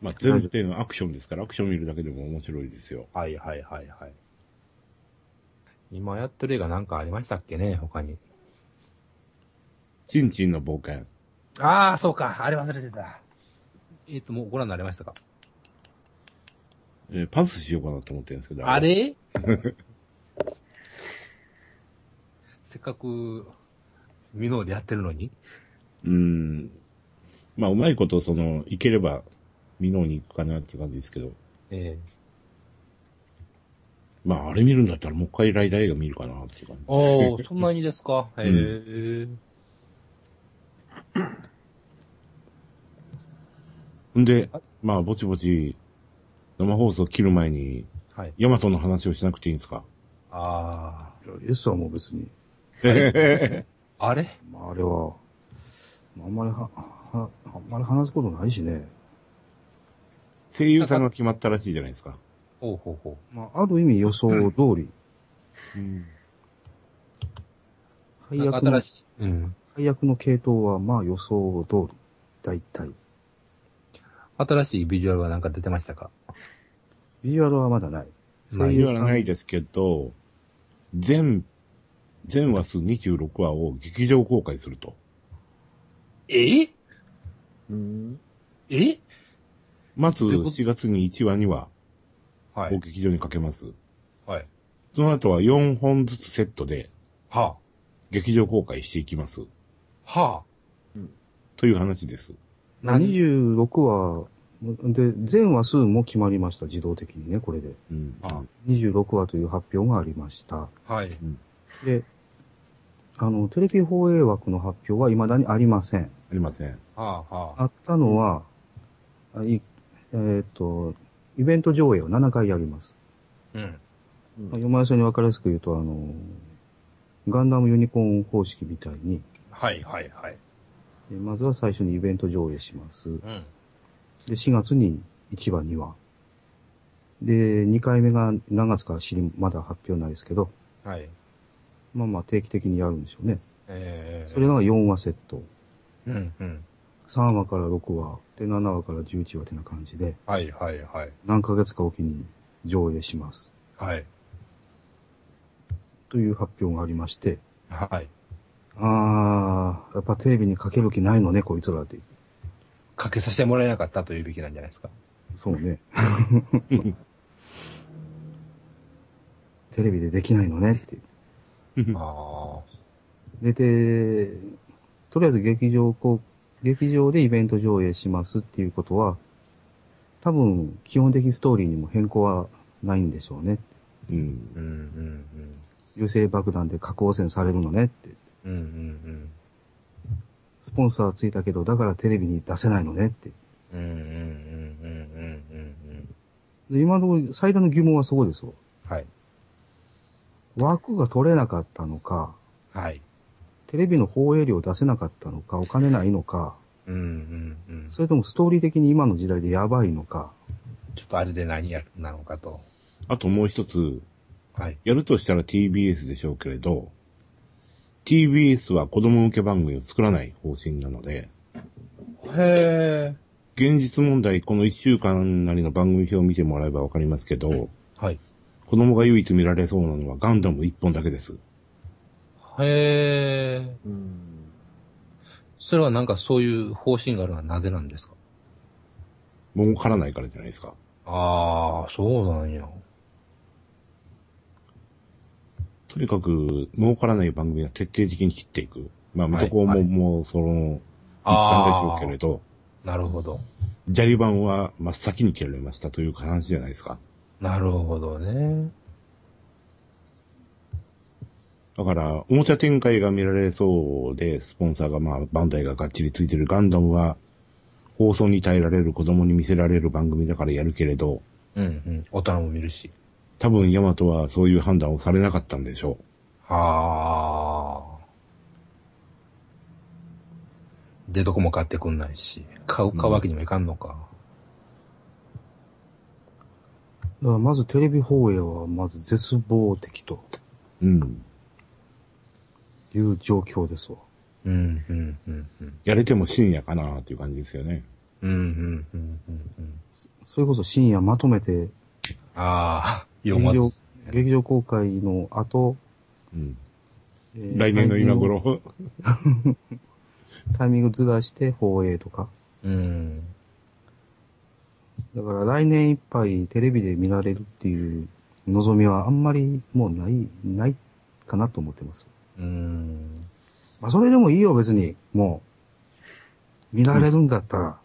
Speaker 4: まあ、全編アクションですから、アクション見るだけでも面白いですよ。
Speaker 5: はいはいはいはい。今やってる映画なんかありましたっけね、他に。
Speaker 4: チンチンの冒険。
Speaker 5: ああ、そうか。あれ忘れてた。えっ、と、もうご覧になりましたか
Speaker 4: えーパスしようかなと思ってるんですけど。
Speaker 5: あれ *laughs* せっかく、ミノーでやってるのに。
Speaker 4: うん。まあ、うまいこと、その、いければ、見のに行くかなっていう感じですけど。
Speaker 5: ええ
Speaker 4: まあ、あれ見るんだったら、もう一回ライダー映画見るかなっていう感じ。
Speaker 5: おー、そんなにですか。へえ
Speaker 4: んで
Speaker 5: はい、
Speaker 4: まあ、ぼちぼち、生放送切る前に、
Speaker 5: はい。
Speaker 4: ヤマトの話をしなくていいんですか
Speaker 5: あ
Speaker 2: いやイエスはもう別に、
Speaker 5: あ、あれ
Speaker 2: まあ、あれは、まああんまりは、は、あんまり話すことないしね。
Speaker 4: 声優さんが決まったらしいじゃないですか。
Speaker 5: ほうほうほ
Speaker 2: まあ、ある意味予想通り、
Speaker 4: うん。
Speaker 5: う。
Speaker 2: 配
Speaker 5: なんか
Speaker 2: 役の
Speaker 5: 新、しい。うん。
Speaker 2: 配役の系統はまあ予想通り、大体。
Speaker 5: 新しいビジュアルはなんか出てましたか
Speaker 2: ビジュアルはまだない。
Speaker 5: ない
Speaker 4: 言わ
Speaker 2: さん
Speaker 4: ないですけど、全、全話数26話を劇場公開すると。
Speaker 5: え
Speaker 6: うん。
Speaker 5: え
Speaker 4: まず、
Speaker 5: どういうこと
Speaker 4: 4月に1話、2話
Speaker 5: は
Speaker 4: を
Speaker 5: い。
Speaker 4: 劇場にかけます。
Speaker 5: はい。
Speaker 4: その後は4本ずつセットで
Speaker 5: は
Speaker 4: 劇場公開していきます。
Speaker 5: あ。はあ。
Speaker 4: という話です。
Speaker 5: 何
Speaker 2: 26話、で、全話数も決まりました、自動的にね、これで。
Speaker 4: うん。
Speaker 5: あ
Speaker 2: 26話という発表がありました。
Speaker 5: はい。
Speaker 2: で、あの、テレビ放映枠の発表は未だにありません。
Speaker 4: ありません。
Speaker 5: はあはあ。
Speaker 2: あったのは、あいえーっと、イベント上映を7回やります。
Speaker 5: うん。
Speaker 2: まあ読まれそうに分かりやすく言うと、あの、ガンダムユニコーン方式みたいに、
Speaker 5: はいはいはい。
Speaker 2: えまずは最初にイベント上映します。
Speaker 5: うん。
Speaker 2: で、4月に1話、2話。で、2回目が何月か知り、まだ発表ないですけど、
Speaker 5: はい。
Speaker 2: まあまあ定期的にやるんでしょうね。
Speaker 5: ええ
Speaker 2: それが4話セット。
Speaker 5: うんうん。
Speaker 2: 3話から6話、で、7話から11話ってな感じで、
Speaker 5: はいはいはい。
Speaker 2: 何ヶ月かおきに上映します。
Speaker 5: はい。
Speaker 2: という発表がありまして、
Speaker 5: はい。
Speaker 2: あー、やっぱテレビにかける気ないのね、こいつらって。
Speaker 5: かけさせてもらえなかったというべきなんじゃないですか。
Speaker 2: そうね。テレビでできないのねって。
Speaker 5: あ
Speaker 2: で、で、とりあえず劇場こう、劇場でイベント上映しますっていうことは、多分、基本的ストーリーにも変更はないんでしょうね。
Speaker 4: うん
Speaker 5: あ。うんうん
Speaker 2: 油性爆弾で核汚染されるのねって。
Speaker 5: うん。うんうん
Speaker 2: スポンサーついたけど、だからテレビに出せないのねって。
Speaker 5: うん。うんうんうんうんうんうん。
Speaker 2: で今のところ最大の疑問はそこですよ。
Speaker 5: はい。
Speaker 2: 枠が取れなかったのか、
Speaker 5: はい。
Speaker 2: テレビの放映料出せなかったのか、お金ないのか、
Speaker 5: うんうんうん。ち
Speaker 2: それともストーリー的に今の時代でやばいのか、
Speaker 5: ょっとあれで何やなのかと。
Speaker 4: あともう一つ、
Speaker 5: はい。
Speaker 4: やるとしたら TBS でしょうけれど、TBS は子供向け番組を作らない方針なので、
Speaker 5: へえ。
Speaker 4: 現実問題この1週間なりの番組表を見てもらえばわかりますけど、
Speaker 5: はい。
Speaker 4: 子供が唯一見られそうなのはガンダム1本だけです。
Speaker 5: へえ。
Speaker 6: うん。
Speaker 5: それはなんかそういう方針があるのはなぜなんですか
Speaker 4: 儲からないからじゃないですか。
Speaker 5: ああ、そうなんや。
Speaker 4: とにかく、儲からない番組は徹底的に切っていく。まあ、
Speaker 5: はい
Speaker 4: 向こうも、
Speaker 5: はい
Speaker 4: もう、その、一
Speaker 5: あ
Speaker 4: 般
Speaker 5: ー
Speaker 4: でしょうけれど、
Speaker 5: なるほど。
Speaker 4: 砂利版は真っ先に切られましたという話じゃないですか。
Speaker 5: なるほどね。
Speaker 4: だから、おもちゃ展開が見られそうで、スポンサーが、まあ、バンダイががっちりついてるガンダムは、放送に耐えられる子供に見せられる番組だからやるけれど、
Speaker 5: うんうん。大人も見るし。
Speaker 4: 多分ヤマトはそういう判断をされなかったんでしょ
Speaker 5: はあ。で、どこも買ってくんないし。買う、買うわけにもいかんのか。
Speaker 4: う。
Speaker 2: だからまずテレビ放映はまず絶望的と
Speaker 4: うん。
Speaker 2: いう状況ですわ。
Speaker 5: うん、うん、うん、うん。
Speaker 4: やれても深夜かなっていう感じですよね。
Speaker 5: うん、うん、うん、うんうん。
Speaker 2: それこそ深夜まとめて
Speaker 5: ああ、読
Speaker 2: 劇
Speaker 5: ま
Speaker 2: 場
Speaker 5: ず。、
Speaker 2: 劇場公開の後、
Speaker 4: うん。
Speaker 2: えー
Speaker 4: 来年の今頃。
Speaker 2: タイミングタイミングずらして放映とか。
Speaker 5: うん。
Speaker 2: だから来年いっぱいテレビで見られるっていう望みはあんまりもうない、ないかなと思ってます。
Speaker 5: うん。
Speaker 2: まあそれでもいいよ別に、もう。見られるんだったら。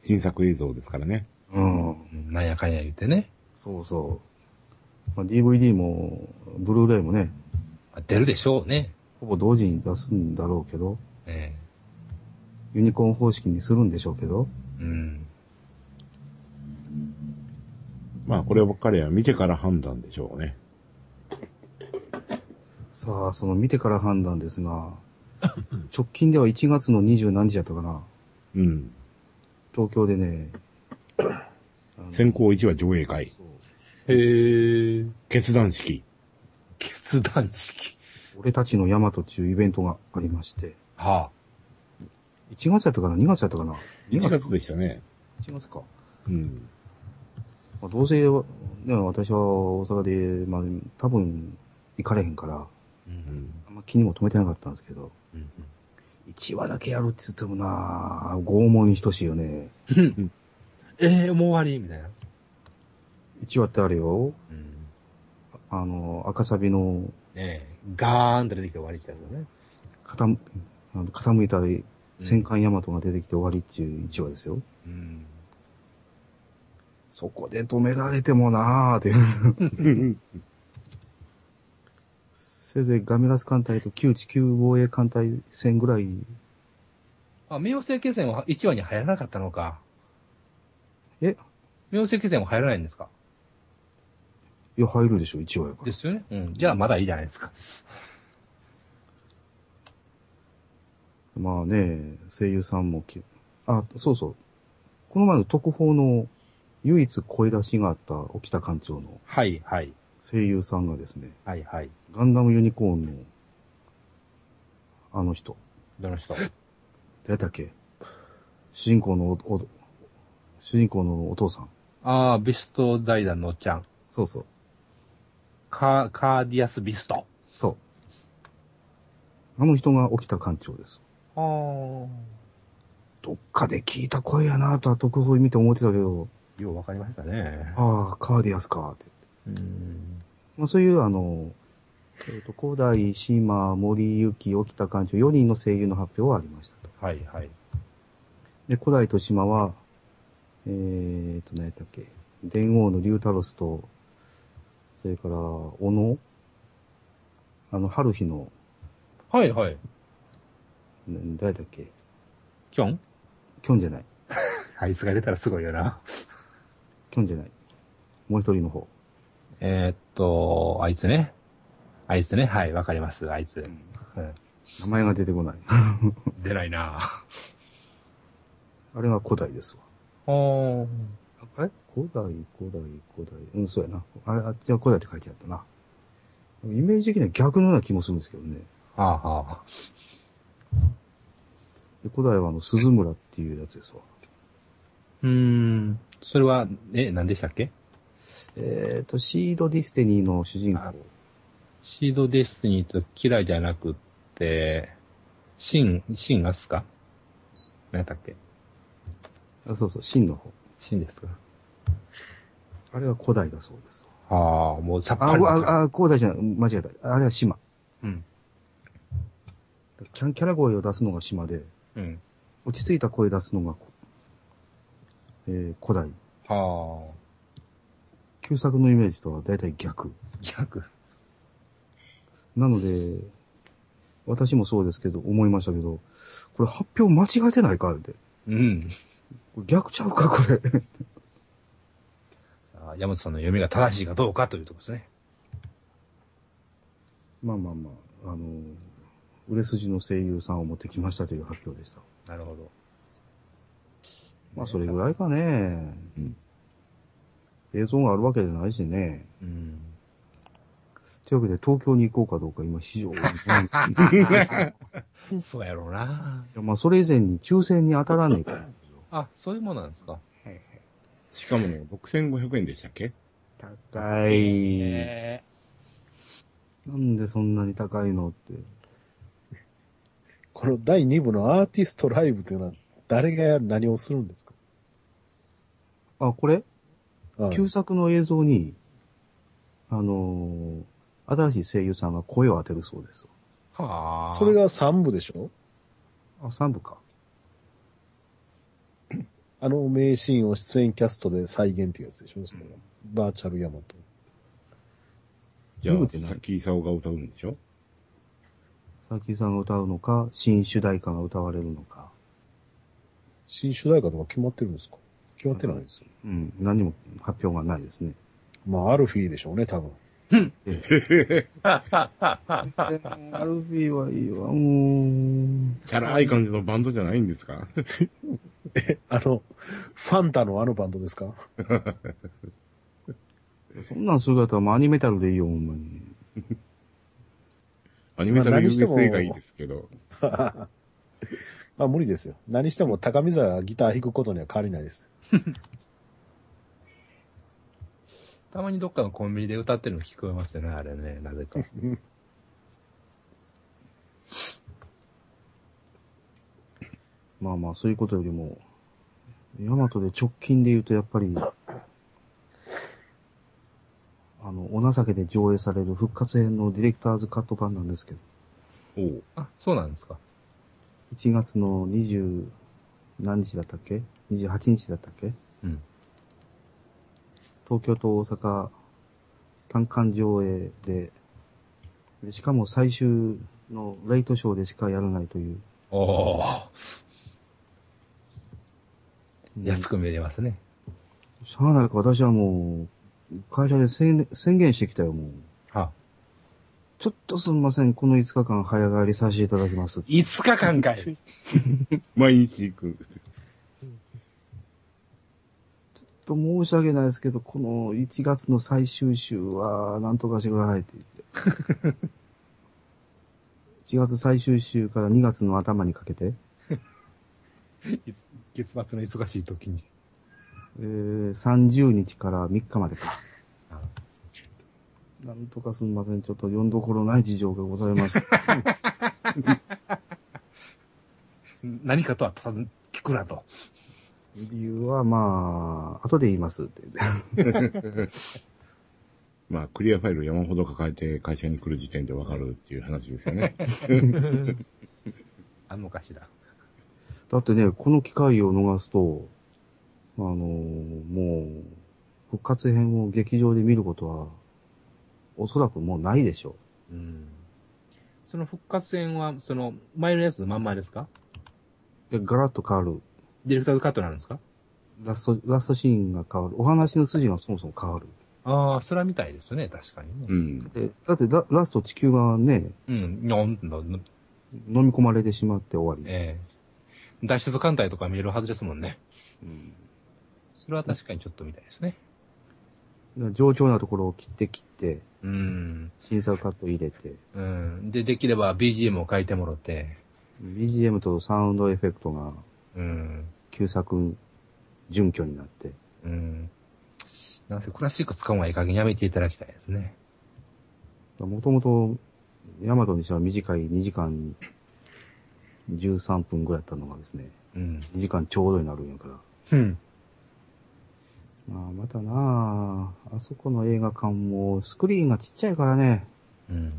Speaker 4: 新作映像ですからね。
Speaker 2: うん。
Speaker 5: なんやかんや言ってね。
Speaker 2: そうそう。まあ、DVD も、ブルーレイもね、
Speaker 5: まあ出るでしょうね。
Speaker 2: ほぼ同時に出すんだろうけど、
Speaker 5: え
Speaker 2: ユニコーン方式にするんでしょうけど、
Speaker 5: えうん。
Speaker 4: まあ、こればっかりは見てから判断でしょうね。
Speaker 2: さあ、その見てから判断ですが、 *laughs* 直近では1月の20何時やったかな、
Speaker 4: うん。
Speaker 2: 東京で *laughs* ね、あの
Speaker 4: 先行1話上映会。
Speaker 2: そう
Speaker 5: へえ。
Speaker 4: 決断式。
Speaker 5: 決断式。
Speaker 2: 俺たちの山というイベントがありまして、
Speaker 5: はあ。
Speaker 2: 1月やったかな ?2 月やったかな
Speaker 4: 1月でしたね。
Speaker 2: ?1 月か。
Speaker 4: うん。
Speaker 2: まあ、どうせ、ね、私は大阪で、まあ、多分、行かれへんから、
Speaker 5: う
Speaker 4: う。ん。
Speaker 2: あんま気にも留めてなかったんですけど、
Speaker 5: うん
Speaker 2: 1話だけやるって言ってもなぁ、拷問に等しいよね。
Speaker 5: うんええもう終わりみたいな。
Speaker 2: 1話ってあるよ。
Speaker 5: うん。
Speaker 2: あの、赤サビの
Speaker 5: ねえ、ガーンと出てきて終わりってやつだね。
Speaker 2: 傾あの傾いた戦艦ヤマトが出てきて終わりっていう1話ですよ。
Speaker 5: うん。
Speaker 2: そこで止められてもなぁ、っていう。
Speaker 4: うん
Speaker 2: せいぜいガメラス艦隊と旧地球防衛艦隊戦ぐらい
Speaker 5: あ、冥王星決戦は1話に入らなかったのか。
Speaker 2: え
Speaker 5: 冥王星決戦は入らないんですか
Speaker 2: いや、入るでしょ、1話やから
Speaker 5: で。すよね。うん。じゃあまだいいじゃないですか。
Speaker 2: まあね、声優さんもき、あ、そうそう。この前の特報の唯一声出しがあった沖田艦長の
Speaker 5: はい、はい。
Speaker 2: 声優さんがですね、
Speaker 5: はい、はい。
Speaker 2: ガンダムユニコーンの、あの人、
Speaker 5: どの人
Speaker 2: 誰だっけ主人公のお、お、主人公のお父さん。
Speaker 5: ああ、ビスト財団のおっちゃん。
Speaker 2: そうそう。
Speaker 5: カー、カーディアスビスト。
Speaker 2: そう。あの人が沖田艦長です。
Speaker 5: ああ。
Speaker 2: どっかで聞いた声やなぁとは特報見て思ってたけど、
Speaker 5: ようわかりましたね。
Speaker 2: ああ、カーディアスかって。
Speaker 5: うん。
Speaker 2: まあ、そういう、あの、えっ、と、古代、島、森、雪、沖田館長、4人の声優の発表はありましたと。
Speaker 5: はい、はい。
Speaker 2: で、古代と島は、えっ、ー、と、何やったっけ、伝王の竜太郎と、それから、小野、あの、春日の、
Speaker 5: はい、はい。
Speaker 2: ね誰だっけ、
Speaker 5: キョン
Speaker 2: キョンじゃない、
Speaker 5: あいつが出たらすごいよな。
Speaker 2: キョンじゃない。もう一人の方。
Speaker 5: えーっと、あいつね。あいつね。はい、わかります。あいつ。うん
Speaker 2: 名前が出てこない。 *laughs*
Speaker 5: 出ないな
Speaker 2: あれが古代ですわ。
Speaker 5: ぁ。
Speaker 2: え古代、古代、古代。うん、そうやな。あれ、あっちは古代って書いてあったな。イメージ的には逆のような気もするんですけどね。
Speaker 5: はあはあ。
Speaker 2: で古代はあの、鈴村っていうやつですわ。
Speaker 5: うーん。それは、え、何でしたっけ
Speaker 2: えっ、と、シードディスティニーの主人公
Speaker 5: あ。シードデスティニーと嫌いじゃなくって、シン、シンアスか何やったっけ
Speaker 2: あそうそう、シンの方。
Speaker 5: シンですか
Speaker 2: あれは古代だそうですわ。
Speaker 5: ああ、もうさっ
Speaker 2: あ、
Speaker 5: ぱりわかる。
Speaker 2: あ、あ、古代じゃない。間違えた。あれは島。
Speaker 5: うん。
Speaker 2: キャンキャラ声を出すのが島で、
Speaker 5: うん。
Speaker 2: 落ち着いた声出すのが、えー古代。
Speaker 5: はあ。
Speaker 2: 旧作のイメージとは大体逆。
Speaker 5: 逆。
Speaker 2: なので、私もそうですけど、思いましたけど、これ発表間違えてないかって。
Speaker 5: うん。
Speaker 2: これ逆ちゃうか、これ。 *laughs*
Speaker 5: さあ山本さんの読みが正しいかどうかというところですね。
Speaker 2: まあまあまあ、あの、売れ筋の声優さんを持ってきましたという発表でした。
Speaker 5: なるほど。
Speaker 2: まあ、それぐらいかね。
Speaker 4: うん
Speaker 2: 映像があるわけじゃないしね。
Speaker 5: うん。
Speaker 2: というわけで、東京に行こうかどうか、今、市場に。
Speaker 5: そうやろうな。
Speaker 2: *laughs* まあ、それ以前に抽選に当たらねえから。
Speaker 5: あ、そういうもんなんですか。
Speaker 4: *laughs* しかもね、6500円でしたっけ
Speaker 2: 高い。
Speaker 5: え
Speaker 2: なんでそんなに高いのって。
Speaker 3: この第2部のアーティストライブというのは、誰がやる何をするんですか、
Speaker 2: あ、これ
Speaker 3: はい
Speaker 2: 旧作の映像に、あのー新しい声優さんが声を当てるそうです。
Speaker 5: ー、はあ。
Speaker 3: それが3部でしょ
Speaker 2: あ、3部か。
Speaker 3: あの名シーンを出演キャストで再現っていうやつでしょそのバーチャルヤマト。
Speaker 4: じゃあ
Speaker 2: そうで、ない
Speaker 4: さっきイサオが歌うんでしょ
Speaker 2: 佐々木さんが歌うのか、新主題歌が歌われるのか。
Speaker 3: 新主題歌とか決まってるんですか決まってないですよ。
Speaker 2: うん、何も発表がないですね。 *laughs*
Speaker 3: まあ、アルフィーでしょうね、多分。
Speaker 2: アルフィーはいいわ、も
Speaker 4: チャラい感じのバンドじゃないんですか
Speaker 3: あの、ファンタのあのバンドですか
Speaker 2: う。そんなんする方はもうアニメタルでいいよ、ほんまに。
Speaker 4: アニメタル
Speaker 3: 何しても
Speaker 4: USA がいいですけど。
Speaker 3: まあ、無理ですよ。何しても高見沢がギター弾くことには変わりないです。
Speaker 5: たまにどっかのコンビニで歌ってるの聞こえますよね、あれね、な *laughs* ぜか。
Speaker 2: まあまあ、そういうことよりも、ヤマトで直近で言うとやっぱり、あの、お情けで上映される復活編のディレクターズカット版なんですけど、
Speaker 4: おう
Speaker 5: あ、そうなんですか。
Speaker 2: 1月の20何日だったっけ ?28 日だったっけ
Speaker 5: うん。
Speaker 2: 東京と大阪単館上映で、でしかも最終のレイトショーでしかやらないという。
Speaker 5: お
Speaker 2: う
Speaker 5: ー、
Speaker 2: ん
Speaker 5: 安く見れますね。
Speaker 2: しゃあないか、私はもう、会社で宣宣言してきたよ、もう。
Speaker 5: は
Speaker 2: ちょっとすんません、この5日間早帰りさせていただきます。
Speaker 5: 5日間か *laughs* い。
Speaker 4: 毎日行く。
Speaker 2: と申し訳ないですけど、この1月の最終週は、なんとかしてくださいって言って。1月最終週から2月の頭にかけて、
Speaker 5: 月末の忙しい時に。
Speaker 2: えー、30日から3日までか。なんとかすんません、ちょっと読んどころない事情がございました。
Speaker 5: 何かとはたず聞くなと。
Speaker 2: 理由はまあ、後で言いますって言って。
Speaker 4: まあ、クリアファイル山ほど抱えて会社に来る時点でわかるっていう話ですよね。
Speaker 5: あんのかしら。
Speaker 2: だってね、この機会を逃すと、あのーもう、復活編を劇場で見ることは、おそらくもうないでしょ
Speaker 5: うん。その復活戦は、その、前のやつまんまですか
Speaker 2: う。で、ガラッと変わる。
Speaker 5: ディレクターズカットになるんですか
Speaker 2: ラスト、ラストシーンが変わる。お話の筋がそもそも変わる。
Speaker 5: ああ、それはみたいですね、確かにね。
Speaker 4: うん。
Speaker 2: でだってラ、ラスト地球がね、
Speaker 5: うん、のんのん
Speaker 2: 飲み込まれてしまって終わり。
Speaker 5: ええ脱出艦隊とか見れるはずですもんね。
Speaker 4: うん
Speaker 5: それは確かにちょっとみたいですね。
Speaker 2: 上調なところを切って切って、
Speaker 5: うん。
Speaker 2: 新作カット入れて、
Speaker 5: うん。で、できれば BGM を書いてもろて、
Speaker 2: BGM とサウンドエフェクトが
Speaker 5: うん。
Speaker 2: 旧作準拠になって。
Speaker 5: うん。なんせクラシック使うのはいい加減やめていただきたいですね。
Speaker 2: もともと、ヤマトにしては短い2時間13分ぐらいだったのがですね、
Speaker 5: うん。
Speaker 2: 2時間ちょうどになるんやから。
Speaker 5: うん。
Speaker 2: まあ、またなあ、あそこの映画館もスクリーンがちっちゃいからね、
Speaker 5: うん。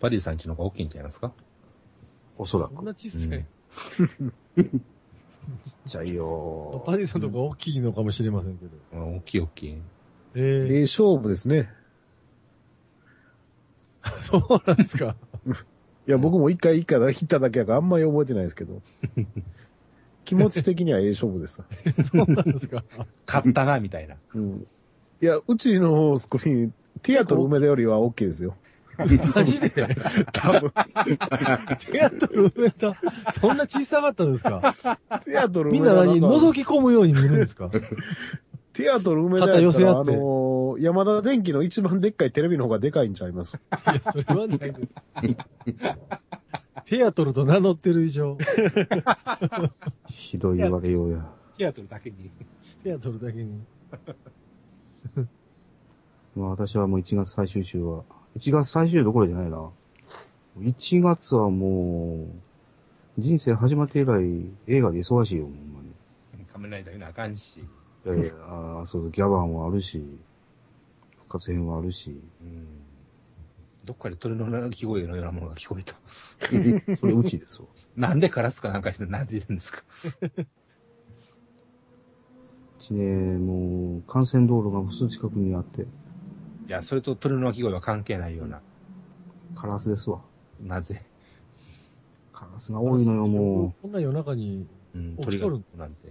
Speaker 5: バディさんちの方が大きいんちゃいますか
Speaker 2: おそらく。
Speaker 6: こんな小
Speaker 5: う
Speaker 6: さい。
Speaker 5: ん。
Speaker 2: ちっちゃいよ
Speaker 6: パディさんとか大きいのかもしれませんけど。
Speaker 5: 大きい大きい。
Speaker 6: え
Speaker 3: ええ勝負ですね。
Speaker 6: えそうなんですか。
Speaker 3: いや、僕も一回一回行っただけやからあんまり覚えてないですけど。気持ち的にはええ勝負です。
Speaker 6: そうなんですか。
Speaker 5: 買ったな、みたいな。
Speaker 3: うん。いや、うちのスクリーン、ティアトル梅田よりは OK ですよ。
Speaker 6: マジで
Speaker 3: 多分、
Speaker 6: テアトル梅田、そんな小さかったんですか
Speaker 3: ティアトル
Speaker 6: み
Speaker 3: 梅
Speaker 6: んな
Speaker 3: 田
Speaker 6: 何
Speaker 3: か
Speaker 6: 覗き込むように見るんですか
Speaker 3: テアトル梅田やった
Speaker 6: 肩寄せ
Speaker 3: ら、
Speaker 6: 合
Speaker 3: あ
Speaker 6: って
Speaker 3: の、山田電機の一番でっかいテレビの方がでかいんちゃいます。
Speaker 6: いや、それはないです。テアトルと名乗ってる以上、
Speaker 2: ひどい言われようや。
Speaker 5: テアトルだけに。
Speaker 6: テアトルだけに。
Speaker 2: まあ私はもう1月最終週は、1月最終どころじゃないな。1月はもう、人生始まって以来映画で忙しいよ、ほんまに。
Speaker 5: 仮面ライダー言うなあかんし。
Speaker 2: えー、あーそう、ギャバンはあるし、復活編はあるし、 *laughs*
Speaker 5: うん。どっかで鳥の鳴き声のようなものが聞こえた。
Speaker 2: それうちですわ。
Speaker 5: なんでカラスかなんかしてなんて言うんですか。
Speaker 2: うちね、もう、幹線道路が普通近くにあって、
Speaker 5: いや、それと鳥の鳴き声は関係ないような。
Speaker 2: カラスですわ。
Speaker 5: なぜ。
Speaker 2: カラスが多いのよ、も
Speaker 6: こんな夜中に、
Speaker 5: うん、
Speaker 6: 起
Speaker 5: 鳥
Speaker 6: き
Speaker 5: が
Speaker 6: とる
Speaker 5: なんて。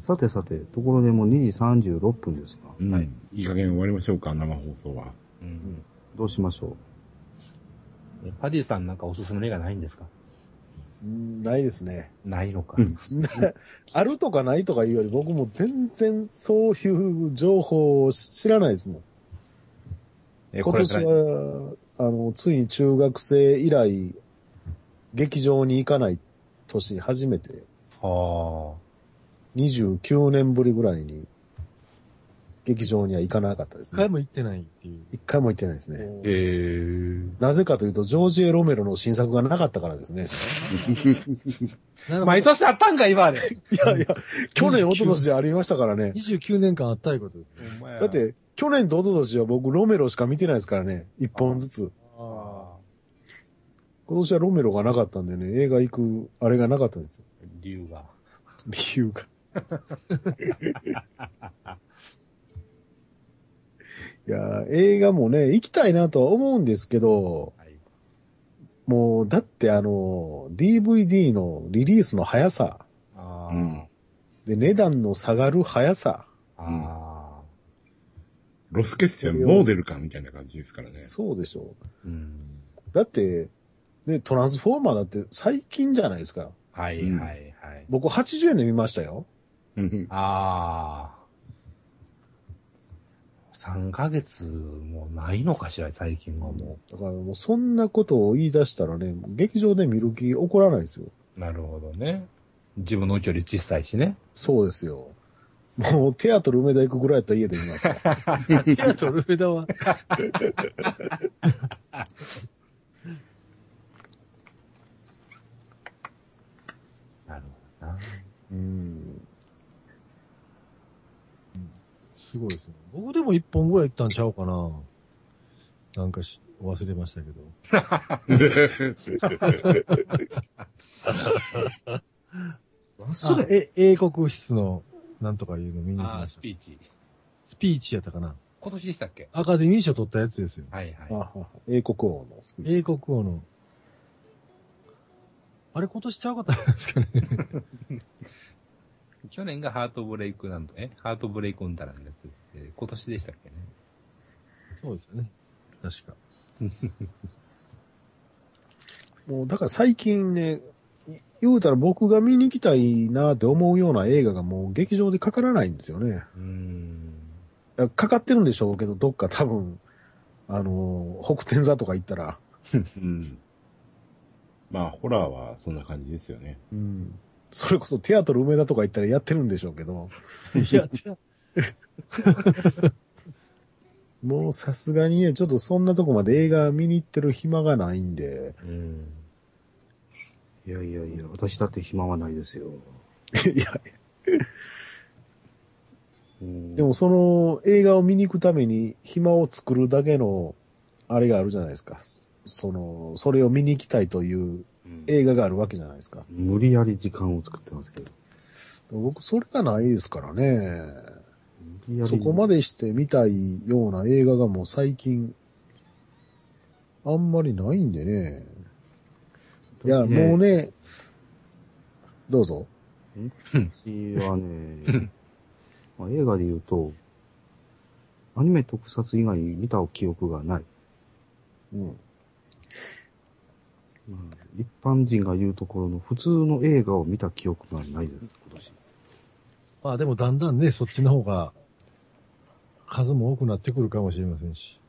Speaker 2: う。さてさて、ところでもう2時36分ですが、
Speaker 4: うんいい加減終わりましょうか、生放送は。
Speaker 5: うん。
Speaker 2: どうしましょ
Speaker 5: えパディさんなんかおすすめの映画ないんですか
Speaker 3: うんないですね。
Speaker 5: ないのか。
Speaker 4: うん
Speaker 3: あるとかないとかいうより、僕も全然そういう情報を知らないですもん。
Speaker 5: え
Speaker 3: 今年
Speaker 5: これから
Speaker 3: は、あの、ついに中学生以来、劇場に行かない年、初めて、
Speaker 5: は
Speaker 3: 29年ぶりぐらいに、劇場には行かなかったです
Speaker 6: 一回
Speaker 3: ね。
Speaker 6: も行ってないっていう。
Speaker 3: 一回も行ってないですね。
Speaker 5: あ。えー。
Speaker 3: なぜかというと、ジョージ・エ・ロメロの新作がなかったからですね。
Speaker 6: なるほど
Speaker 5: 毎年あったんか、今まで。 *laughs*
Speaker 3: いやいや、去年、一昨年ありましたからね。
Speaker 6: 29年間あったいうことです。
Speaker 3: だっ、て、去年と一昨年は僕、ロメロしか見てないですからね。一本ずつ。
Speaker 5: ああ、
Speaker 3: 今年はロメロがなかったんでね、映画行く、あれがなかったんですよ。 *laughs*
Speaker 5: 理由が。
Speaker 3: 理由
Speaker 5: *laughs*
Speaker 3: が。いやー、映画もね、行きたいなとは思うんですけど、
Speaker 5: はい。
Speaker 3: もう、だってあの、DVD のリリースの速さ、
Speaker 5: ああ、
Speaker 4: うん
Speaker 3: で、値段の下がる速さ、
Speaker 5: ああ、
Speaker 4: ロス決戦もう出るかみたいな感じですからね。
Speaker 3: そうでしょ
Speaker 5: うん。
Speaker 3: う。だって、ね、トランスフォーマーだって最近じゃないですか。
Speaker 5: はい、
Speaker 4: うん
Speaker 5: はい、はい。
Speaker 3: 僕80円で見ましたよ。
Speaker 4: うん
Speaker 5: ああ。3ヶ月もないのかしら、最近はも
Speaker 3: だからもうそんなことを言い出したらね、劇場で見る気起こらないですよ。
Speaker 5: う。なるほどね。自分のうちより小さいしね。
Speaker 3: そうですよ。もうテアトル梅田行くぐらいやったら家で見ますよ。
Speaker 5: *laughs*
Speaker 6: テアトル上田は、
Speaker 5: なるほどな。
Speaker 3: うん。
Speaker 6: すごいですね。僕でも1本ぐらい行ったんちゃうかな。なんかし、忘れましたけど。
Speaker 2: う。忘れ
Speaker 6: あえ、英国室の、なんとかいうの見に行き
Speaker 5: ああ、
Speaker 6: まし
Speaker 5: ス
Speaker 6: た。
Speaker 5: ピーチ。
Speaker 6: スピーチやったかな。
Speaker 5: 今年でしたっけ
Speaker 6: アカデミー賞取ったやつですよ。
Speaker 5: はい、はい。
Speaker 3: ああ英国王のスピーチ。
Speaker 6: 英国王の。あれ今年ちゃうかったんですかね。
Speaker 5: 去年がハートブレイクなんと、えハートブレイクウンダラのやつですね。今年でしたっけね。
Speaker 6: そうですよね。確か。
Speaker 3: もうだから最近ね、い言うたら僕が見に行きたいなって思うような映画がもう劇場でかからないんですよね。
Speaker 5: うーん。
Speaker 3: かかってるんでしょうけど、どっか多分、あのー、北天座とか行ったら。
Speaker 4: うん *laughs* まあ、ホラーはそんな感じですよね。
Speaker 3: うん。それこそテアトル梅田とか行ったらやってるんでしょうけど、
Speaker 6: いや、てか
Speaker 3: もうさすがにね、ちょっとそんなとこまで映画見に行ってる暇がないんで、 *laughs*
Speaker 5: うん。
Speaker 2: いやいやいや、私だって暇はないですよ。
Speaker 3: いや、
Speaker 2: で
Speaker 3: でも、その映画を見に行くために暇を作るだけの、あれがあるじゃないですか。その、それを見に行きたいという
Speaker 2: うん
Speaker 3: 映画があるわけじゃないですか。
Speaker 2: 無理やり時間を作ってますけど。
Speaker 3: 僕、それがないですからね。
Speaker 2: 無理やり
Speaker 3: そこまでして見たいような映画がもう最近、あんまりないんでね。いや、もう。ね、どうぞ。
Speaker 2: 私はね、 *laughs* まあ、映画で言うと、アニメ特撮以外見た記憶がない。
Speaker 3: うん。
Speaker 2: まあ一般人が言うところの普通の映画を見た記憶がないです、今年。
Speaker 6: まあでもだんだんね、そっちの方が数も多くなってくるかもしれませんし。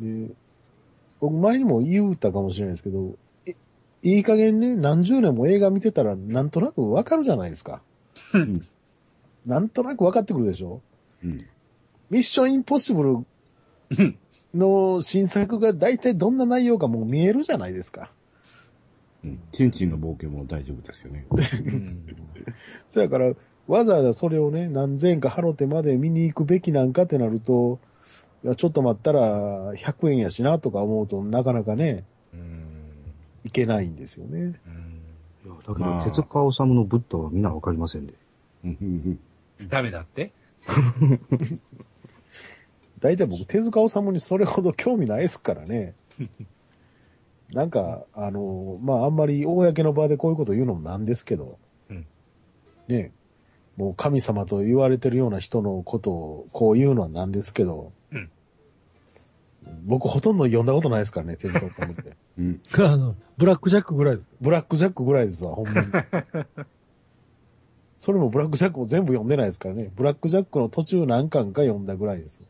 Speaker 3: で、僕前にも言うたかもしれないですけど、えいい加減ね、何十年も映画見てたらなんとなくわかるじゃないですか。
Speaker 4: うん
Speaker 3: なんとなくわかってくるでしょ
Speaker 4: うん。
Speaker 3: ミッションインポッシブルの新作が大体どんな内容かもう見えるじゃないですか。
Speaker 4: うん。チンチンの冒険も大丈夫ですよね。
Speaker 5: うん
Speaker 3: そやから、わざわざそれをね、何千円か払ってまで見に行くべきなんかってなると、いや、ちょっと待ったら100円やしなとか思うとなかなかね、
Speaker 5: うん
Speaker 3: いけないんですよね。
Speaker 5: うん
Speaker 2: いや、だけ
Speaker 4: まあ
Speaker 2: ど、手塚治虫のブッダは皆わかりませんで。
Speaker 4: うんうん
Speaker 5: ダメだって
Speaker 3: 大体僕、手塚治虫にそれほど興味ないですから
Speaker 4: *laughs*
Speaker 3: ね。なんか、あの、まあ、あんまり公の場でこういうこと言うのもなんですけど、
Speaker 5: うん
Speaker 3: ね、もう神様と言われてるような人のことをこう言うのはなんですけど、
Speaker 5: うん
Speaker 3: 僕ほとんど読んだことないですからね、手塚治虫って。
Speaker 4: *laughs* うんうん。
Speaker 6: あの、ブラックジャックぐらいです。
Speaker 3: ブラックジャックぐらいですわ、ほん
Speaker 4: *laughs*
Speaker 3: まに。それもブラックジャックも全部読んでないですからね。ブラックジャックの途中何巻か読んだぐらいです。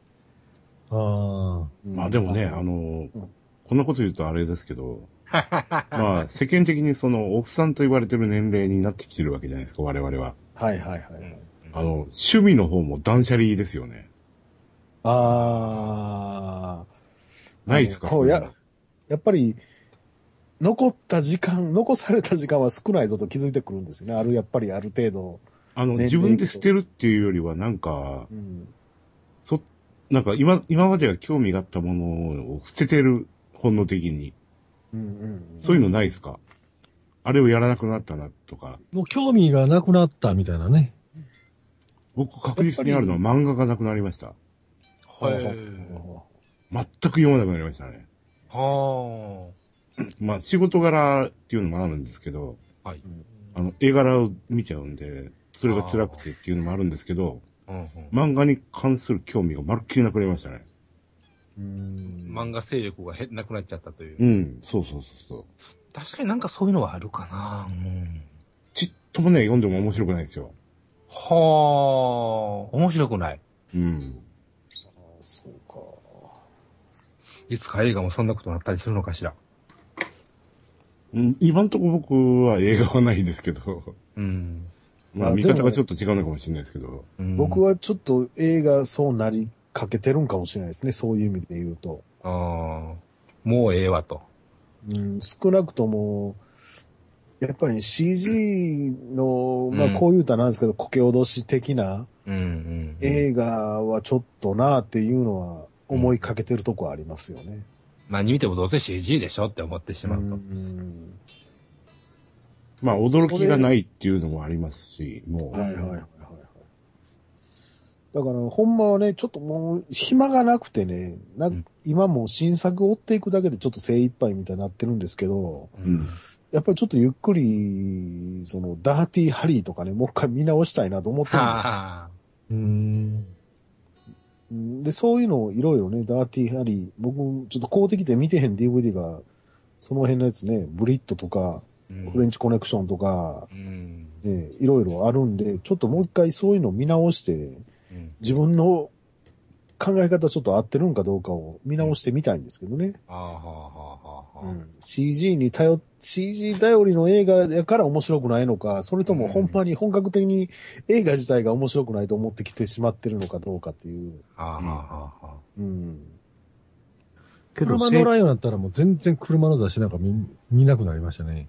Speaker 6: あ
Speaker 3: うん
Speaker 4: まあでもね、あ、の
Speaker 3: うん、
Speaker 4: こんなこと言うとあれですけど、まあ世間的にその、おっさんと言われてる年齢になってきてるわけじゃないですか、我々は。
Speaker 3: はいはいはい。
Speaker 4: あの、趣味の方も断捨離ですよね。
Speaker 3: あー。
Speaker 4: ないですか
Speaker 3: そう
Speaker 4: れ
Speaker 3: や、やっぱり、残った時間、 *laughs* 残された時間は少ないぞと気づいてくるんですよね。ある、やっぱりある程度。
Speaker 4: あの、
Speaker 3: ね
Speaker 4: 自分で捨てるっていうよりは、なんか、
Speaker 3: うん。
Speaker 4: そ、なんか今、今までは興味があったものを捨ててる、本能的に。
Speaker 3: うんうん、
Speaker 4: そういううのないですかあれをやらなくなったな、とか。
Speaker 6: あ。もう興味がなくなったみたいなね。
Speaker 4: 僕確実にあるのは漫画がなくなりました。
Speaker 5: は
Speaker 3: はい
Speaker 5: い。
Speaker 4: 全く読まなくなりましたね。
Speaker 5: は
Speaker 4: まあ仕事柄っていうのもあるんですけど、
Speaker 5: あ。はい。
Speaker 4: あの、絵柄を見ちゃうんで、それが辛くてっていうのもあるんですけど、
Speaker 5: うんうん
Speaker 4: 漫画に関する興味がまるっきりなくなりましたね。
Speaker 3: うん。
Speaker 5: 漫画勢力が減なくなっちゃったという。
Speaker 4: うん、そうそうそうそう。
Speaker 5: 確かになんかそういうのはあるかな。うん
Speaker 4: ちっともね、読んでも面白くないですよ。
Speaker 5: はあ、面白くない。
Speaker 4: うん。
Speaker 3: そうか。
Speaker 5: いつか映画もそんなことになったりするのかしら。
Speaker 4: うん今んとこ僕は映画はないですけど、
Speaker 5: うん。
Speaker 4: *laughs* まあ
Speaker 3: あ
Speaker 4: 見方がちょっと違うのかもしれないですけど、
Speaker 3: 僕
Speaker 5: は、
Speaker 3: はちょっと映画そうなりかけてるんかもしれないですね。そういう意味で言うと。
Speaker 5: あーもうええわと。
Speaker 3: うん、少なくとも、やっぱり CG の、
Speaker 5: う
Speaker 3: ま
Speaker 5: ん
Speaker 3: あこういう歌なんですけど、こけ脅し的な
Speaker 5: うんうん。
Speaker 3: 映画はちょっとなっていうのは思いかけてるとこありますよね。
Speaker 5: 何見てもどうせ CG でしょって思ってし
Speaker 3: う
Speaker 5: まうと。
Speaker 3: ん。
Speaker 4: まあ驚きがないっていうのもありますし、も
Speaker 3: は
Speaker 4: う、
Speaker 3: いはいはい
Speaker 4: *laughs*
Speaker 3: はい。だから、ほんまはね、ちょっともう、暇がなくてね、な
Speaker 5: うん
Speaker 3: 今もう新作を追っていくだけでちょっと精一杯みたいになってるんですけど、
Speaker 4: うん。
Speaker 3: やっぱりちょっとゆっくり、その、ダーティーハリーとかね、もう一回見直したいなと思ってるんですよ
Speaker 5: はあ。
Speaker 6: うん。
Speaker 3: うんで、そういうのをいろいろね、ダーティーハリー、僕、ちょっと公的で見てへん DVD が、その辺のやつね、ブリットとか、
Speaker 5: *laughs* うん
Speaker 3: フレンチコネクションとか、
Speaker 5: うん。
Speaker 3: ね、いろいろあるんで、ちょっともう一回そういうのを見直して、
Speaker 5: うん
Speaker 3: 自分の考え方ちょっと合ってるんかどうかを見直してみたいんですけどね。
Speaker 5: あーはあはあはあ
Speaker 3: う
Speaker 5: はあ。
Speaker 3: ん、CG に頼っ、CG 頼りの映画やから面白くないのか、それとも本番に本格的に映画自体が面白くないと思ってきてしまってるのかどうかっていう。
Speaker 5: あーはあはあはあ。
Speaker 3: うん。
Speaker 2: けど、
Speaker 6: 車乗らんようになったらもう全然車の雑誌なんか見見なくなりましたね。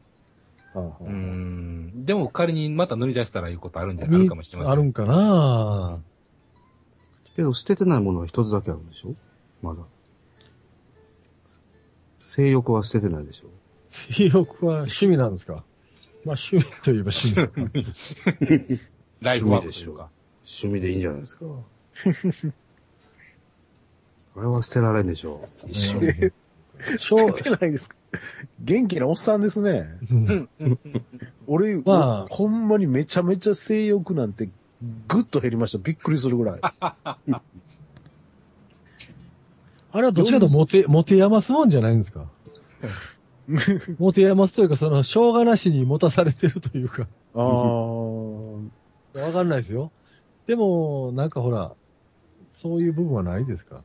Speaker 3: はあはあ
Speaker 5: うんでも仮にまた塗り出したらいうことあるんじゃないあ
Speaker 6: 見
Speaker 5: るかもしれません。
Speaker 6: あるんかな
Speaker 2: けど捨ててないものは一つだけあるんでしょまだ。性欲は捨ててないでしょ
Speaker 6: 性欲は趣味なんですかまあ趣味といえば趣味。
Speaker 5: ライフワークというか。
Speaker 2: 趣味でいいんじゃない
Speaker 6: *laughs*
Speaker 2: ですか。これは捨てられんでしょ
Speaker 6: うん
Speaker 3: そうてないですか。元気なおっさんですね。
Speaker 6: うん
Speaker 3: 俺、
Speaker 6: まあ
Speaker 3: ほんまにめちゃめちゃ性欲なんてぐっと減りました。びっくりするぐらい。
Speaker 5: *laughs*
Speaker 6: あれはどっちかというとモテ、モテやますもんじゃないんですか持て余すというか、その、しょうがなしに持たされてるというか、
Speaker 3: あー、
Speaker 6: わかんないですよ。でも、なんかほら、そういう部分はないですか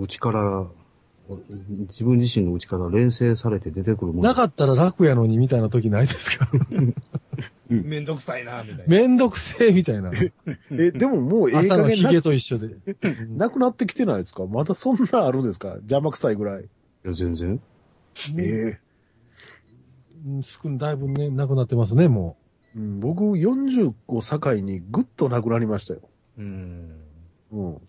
Speaker 2: うちから、自分自身のうちから錬成されて出てくるもの。
Speaker 6: なかったら楽やのにみたいな時ないです
Speaker 5: *laughs*
Speaker 6: か
Speaker 5: めんどくさいな、みたいな。
Speaker 6: めんどくせえみたいな。
Speaker 3: え、でももうええ
Speaker 6: 朝
Speaker 3: 加
Speaker 6: のヒ
Speaker 3: 減
Speaker 6: ゲと一緒で。
Speaker 5: *laughs*
Speaker 3: ななくなってきてないですかまだそんなあるんですか邪魔くさいぐらい。
Speaker 2: いや全然。
Speaker 3: ええ
Speaker 6: うん少んだいぶね、なくなってますね、も
Speaker 3: うん、僕40を境にぐっとなくなりましたよ。
Speaker 5: うん。
Speaker 3: うん。
Speaker 6: う。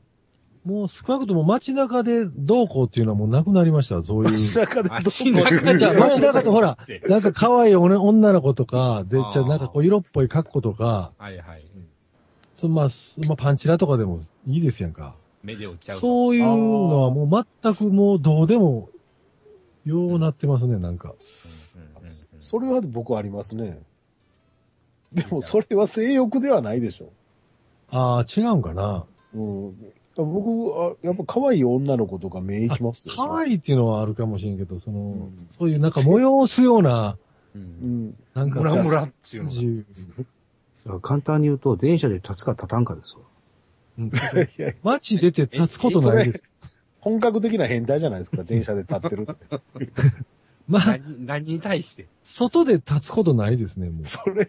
Speaker 6: もう少なくとも街中でどうこうっていうのはもうなくなりました、そういう。
Speaker 3: 街中でど
Speaker 5: 街
Speaker 3: こ
Speaker 5: 中
Speaker 6: じゃあ *laughs* 街中でほら、なんか可愛いおね女の子とか、で
Speaker 5: あ、ー
Speaker 6: じゃあなんかこう色っぽい格好とか、
Speaker 5: はいはい。うん
Speaker 6: そのまあ、すまあ、パンチラとかでもいいですやんか。
Speaker 5: 目で落ちちゃう。
Speaker 6: そういうのはもう全くもうどうでも、ようなってますね、なんか。
Speaker 5: うんうんうんうん
Speaker 3: それは僕ありますね。でもそれは性欲ではないでしょ。
Speaker 6: ああ、違うんかな。
Speaker 3: うん。僕、あやっぱ可愛い女の子とか目いきますよ。
Speaker 6: 可愛いっていうのはあるかもしれんけど、その、
Speaker 3: ん
Speaker 6: そういうなんか催すような、
Speaker 5: う。
Speaker 3: うんん。
Speaker 6: なんか、
Speaker 5: ムラムラっていうのが。
Speaker 6: 自由
Speaker 2: だから簡単に言うと、電車で立つか立たんかですわ。
Speaker 6: うん
Speaker 3: いや
Speaker 6: 街出て立つことないです。
Speaker 3: 本格的な変態じゃないですか、電車で立って
Speaker 6: *laughs*
Speaker 3: るって。
Speaker 6: まあ、
Speaker 5: 何、 *laughs* 何に対して
Speaker 6: 外で立つことないですね、もう。
Speaker 3: それ、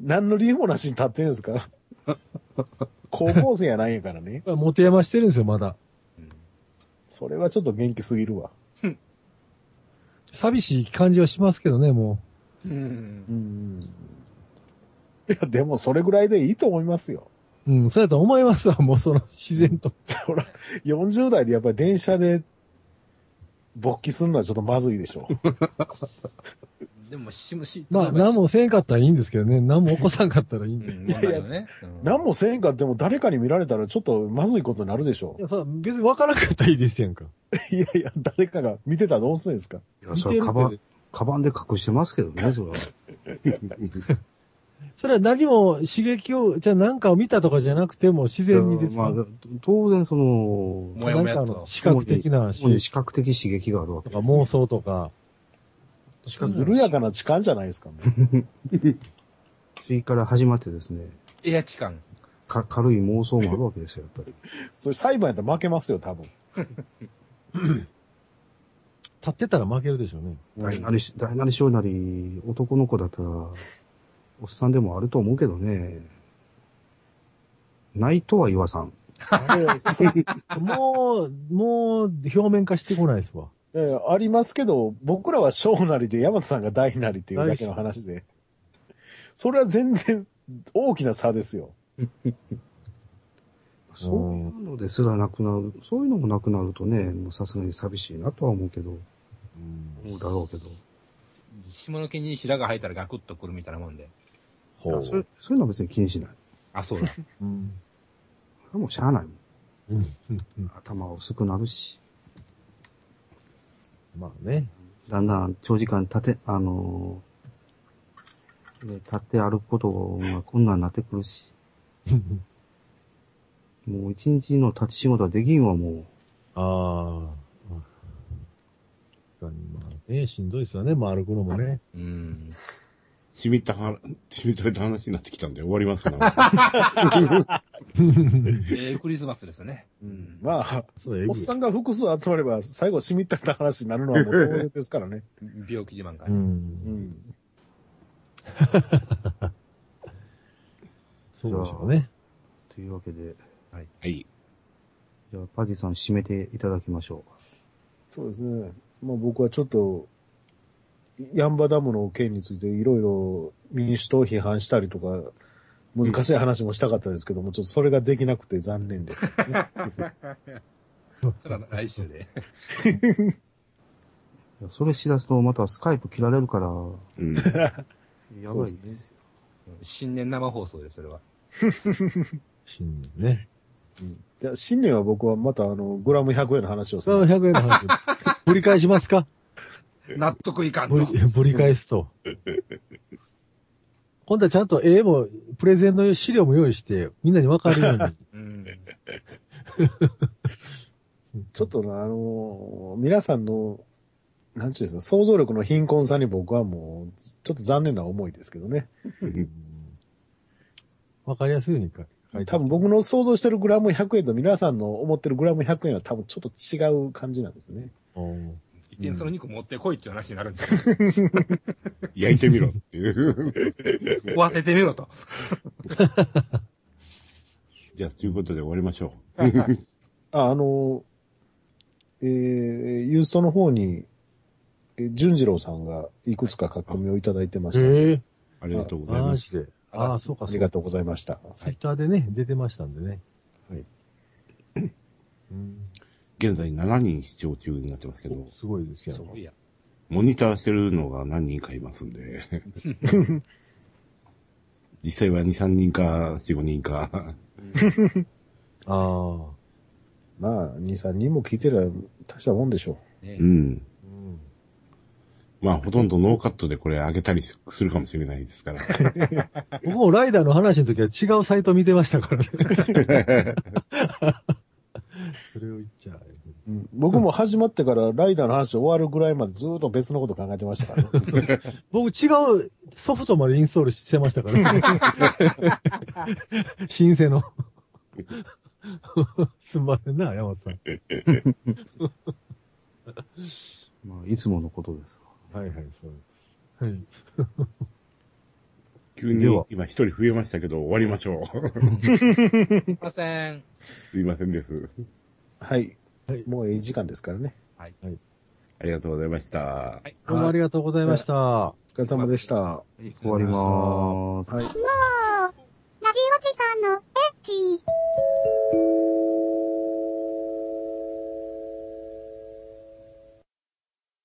Speaker 3: 何の理由もなしに立ってるんですか高校生やないんやからね。
Speaker 6: 持て山してるんですよ、まだ。
Speaker 3: それはちょっと元気すぎるわ。
Speaker 6: 寂しい感じはしますけどね、も
Speaker 5: うん。
Speaker 3: うん。いや、でもそれぐらいでいいと思いますよ。
Speaker 6: う。うん、そうやと思いますわ、もうその自然と。
Speaker 3: ほら、40代でやっぱり電車で勃起するのはちょっとまずいでし
Speaker 6: *laughs*
Speaker 3: ょ。
Speaker 5: でも、しむし、
Speaker 6: まあ、何もせんかったらいいんですけどね、何も起こさんかったらいいん
Speaker 5: う
Speaker 6: で。
Speaker 5: ん、問題よね。うん
Speaker 3: 何もせんかっても誰かに見られたらちょっとまずいことになるでしょ
Speaker 6: い。や、そう、別に分からんかったらいいですやんか。 *laughs*
Speaker 3: いやいや、誰かが見てたらどうするんですか
Speaker 2: いや、それはカバン、カバンで隠してますけどね、それは。
Speaker 6: それは何も刺激を、じゃあ何かを見たとかじゃなくても自然にです
Speaker 2: ま
Speaker 6: よ
Speaker 2: あ、当然その、
Speaker 5: もやもや
Speaker 6: なんか
Speaker 5: と
Speaker 6: の。視覚的な
Speaker 2: 主に
Speaker 6: し
Speaker 2: 視覚的刺激があるわけ
Speaker 6: とか妄想とか。
Speaker 2: 視覚
Speaker 3: 緩やかな痴漢じゃないです
Speaker 6: *laughs*
Speaker 3: か、もう
Speaker 2: 次から始まってですね、
Speaker 5: エア痴漢。
Speaker 2: か軽い妄想もあるわけですよ、やっぱり。
Speaker 3: それ裁判やったら負けますよ、多分。
Speaker 6: 立ってたら負けるでしょうね。
Speaker 2: 大なりし、大なり小なり、男の子だったら、おっさんでもあると思うけどね。ないとは言わさん。
Speaker 3: あれ
Speaker 6: もう、もう表面化してこないですわ。
Speaker 3: ええありますけど、僕らは小なりで、山田さんが大なりっていうだけの話で。それは全然大きな差ですよ。
Speaker 2: そういうのですらなくなる、そういうのもなくなるとね、もうさすがに寂しいなとは思うけど、思うだろうけど。
Speaker 5: 下の毛に白が生えたらガクッとくるみたいなもんで。
Speaker 2: いやそれそういうのは別に気にしない。
Speaker 5: あ、そうだ。
Speaker 3: うん
Speaker 2: それもしゃあないもん。
Speaker 6: うんうんうん
Speaker 2: 頭薄くなるし、
Speaker 6: まあね。
Speaker 2: だんだん長時間立て、あのー立って歩くことが困難になってくる
Speaker 3: *laughs*
Speaker 2: し、もう一日の立ち仕事はできんわ、も
Speaker 6: ああ。確かに、まあね、しんどいですよね、まあ歩くのもね。
Speaker 5: うん。
Speaker 4: しみったは、しみとれた話になってきたんで終わりますな。 *laughs*
Speaker 5: えークリスマスですね。うん
Speaker 3: まあ、
Speaker 6: そう、え
Speaker 3: おっさんが複数集まれば、最後、しみったれた話になるのはもう当然ですからね。
Speaker 5: 病気自慢か
Speaker 6: う。
Speaker 5: ら。
Speaker 3: うんん。
Speaker 6: そうでしょうね。
Speaker 2: う。というわけで、
Speaker 4: はい。
Speaker 2: じゃあ、パディさん締めていただきましょ
Speaker 3: そうですね。まあ僕はちょっと、ヤンバダムの件についていろいろ民主党批判したりとか、難しい話もしたかったですけども、ちょっとそれができなくて残念です。
Speaker 5: それは来週で。
Speaker 2: う。いやそれしだすと、またスカイプ切られるから、
Speaker 4: うん。
Speaker 2: やばい
Speaker 3: そうで
Speaker 2: ですすよ。
Speaker 5: 新年生放送で、それは。
Speaker 6: 新年ね。
Speaker 3: いや新年は僕はまたあの、グラム100円の話をす
Speaker 6: その
Speaker 3: る。
Speaker 6: 100円の話。ぶり返しますか
Speaker 5: 納得いかん *laughs*
Speaker 6: ぶ
Speaker 5: と。
Speaker 6: り、ぶり返すと。今度はちゃんと絵も、プレゼンの資料も用意して、みんなに分かるよう
Speaker 5: うん。
Speaker 6: に。
Speaker 3: ちょっとなあのー皆さんの、なんちゅうんですか、想像力の貧困さに僕はもう、ちょっと残念な思いですけどね。
Speaker 6: わかりやすいように書いてある
Speaker 3: 多分僕の想像してるグラム100円と皆さんの思ってるグラム100円は多分ちょっと違う感じなんですね。
Speaker 6: うん
Speaker 5: 一見その肉持ってこいっていう話になるんですよ。 *laughs*
Speaker 4: 焼いてみろっていう。 *laughs*
Speaker 5: 追わせてみろと。
Speaker 4: じゃあ、ということで終わりましょ
Speaker 3: あ、あの、えー、ユーストの方に、えー淳次郎さんがいくつか書き込みをいただいてました。
Speaker 6: ええ
Speaker 4: う。ありがとうござい
Speaker 6: マ
Speaker 4: ます。
Speaker 6: ジで。ああ、そうか、
Speaker 3: あ
Speaker 6: そ
Speaker 3: り
Speaker 6: う
Speaker 3: が
Speaker 6: か。
Speaker 3: とうございました。
Speaker 6: ツイッターでね、出てましたんでね。
Speaker 3: はい。
Speaker 6: うん。
Speaker 4: 現在7人視聴中になってますけど、
Speaker 6: すごいですよ
Speaker 5: す。ごいや。
Speaker 4: モニターしてるのが何人かいますんで、実際は2、3人か4、5人か、
Speaker 6: ああ。
Speaker 3: まあ、2、3人も聞いてりゃ大したもんでしょ
Speaker 5: ね
Speaker 4: うん。
Speaker 6: うん。
Speaker 4: まあ、ほとんどノーカットでこれ上げたりするかもしれないですから。
Speaker 6: 僕もライダーの話の時は違うサイト見てましたからね。それを言っちゃう。
Speaker 3: う。うん、僕も始まってからライダーの話終わるぐらいまでずーっと別のこと考えてましたから、ね。
Speaker 6: 僕違うソフトまでインストールしてましたからね。新生の。 *laughs* すまんな、山本さん。
Speaker 2: まあ、いつものことですわ。
Speaker 6: はいはい、そうです。はい。
Speaker 4: 急に
Speaker 2: では
Speaker 4: 今一人増えましたけど、終わりましょう。 *laughs*
Speaker 5: すいません。
Speaker 4: すいませんです。
Speaker 3: はい。
Speaker 6: はい
Speaker 3: もういい時間ですからね。
Speaker 4: ありがとうございました。
Speaker 5: はい。
Speaker 6: どうもありがとうございました。
Speaker 3: お疲れ様でした。
Speaker 2: 終わりまーす。
Speaker 3: はい。
Speaker 1: もう、ラジオチさんのエッチ。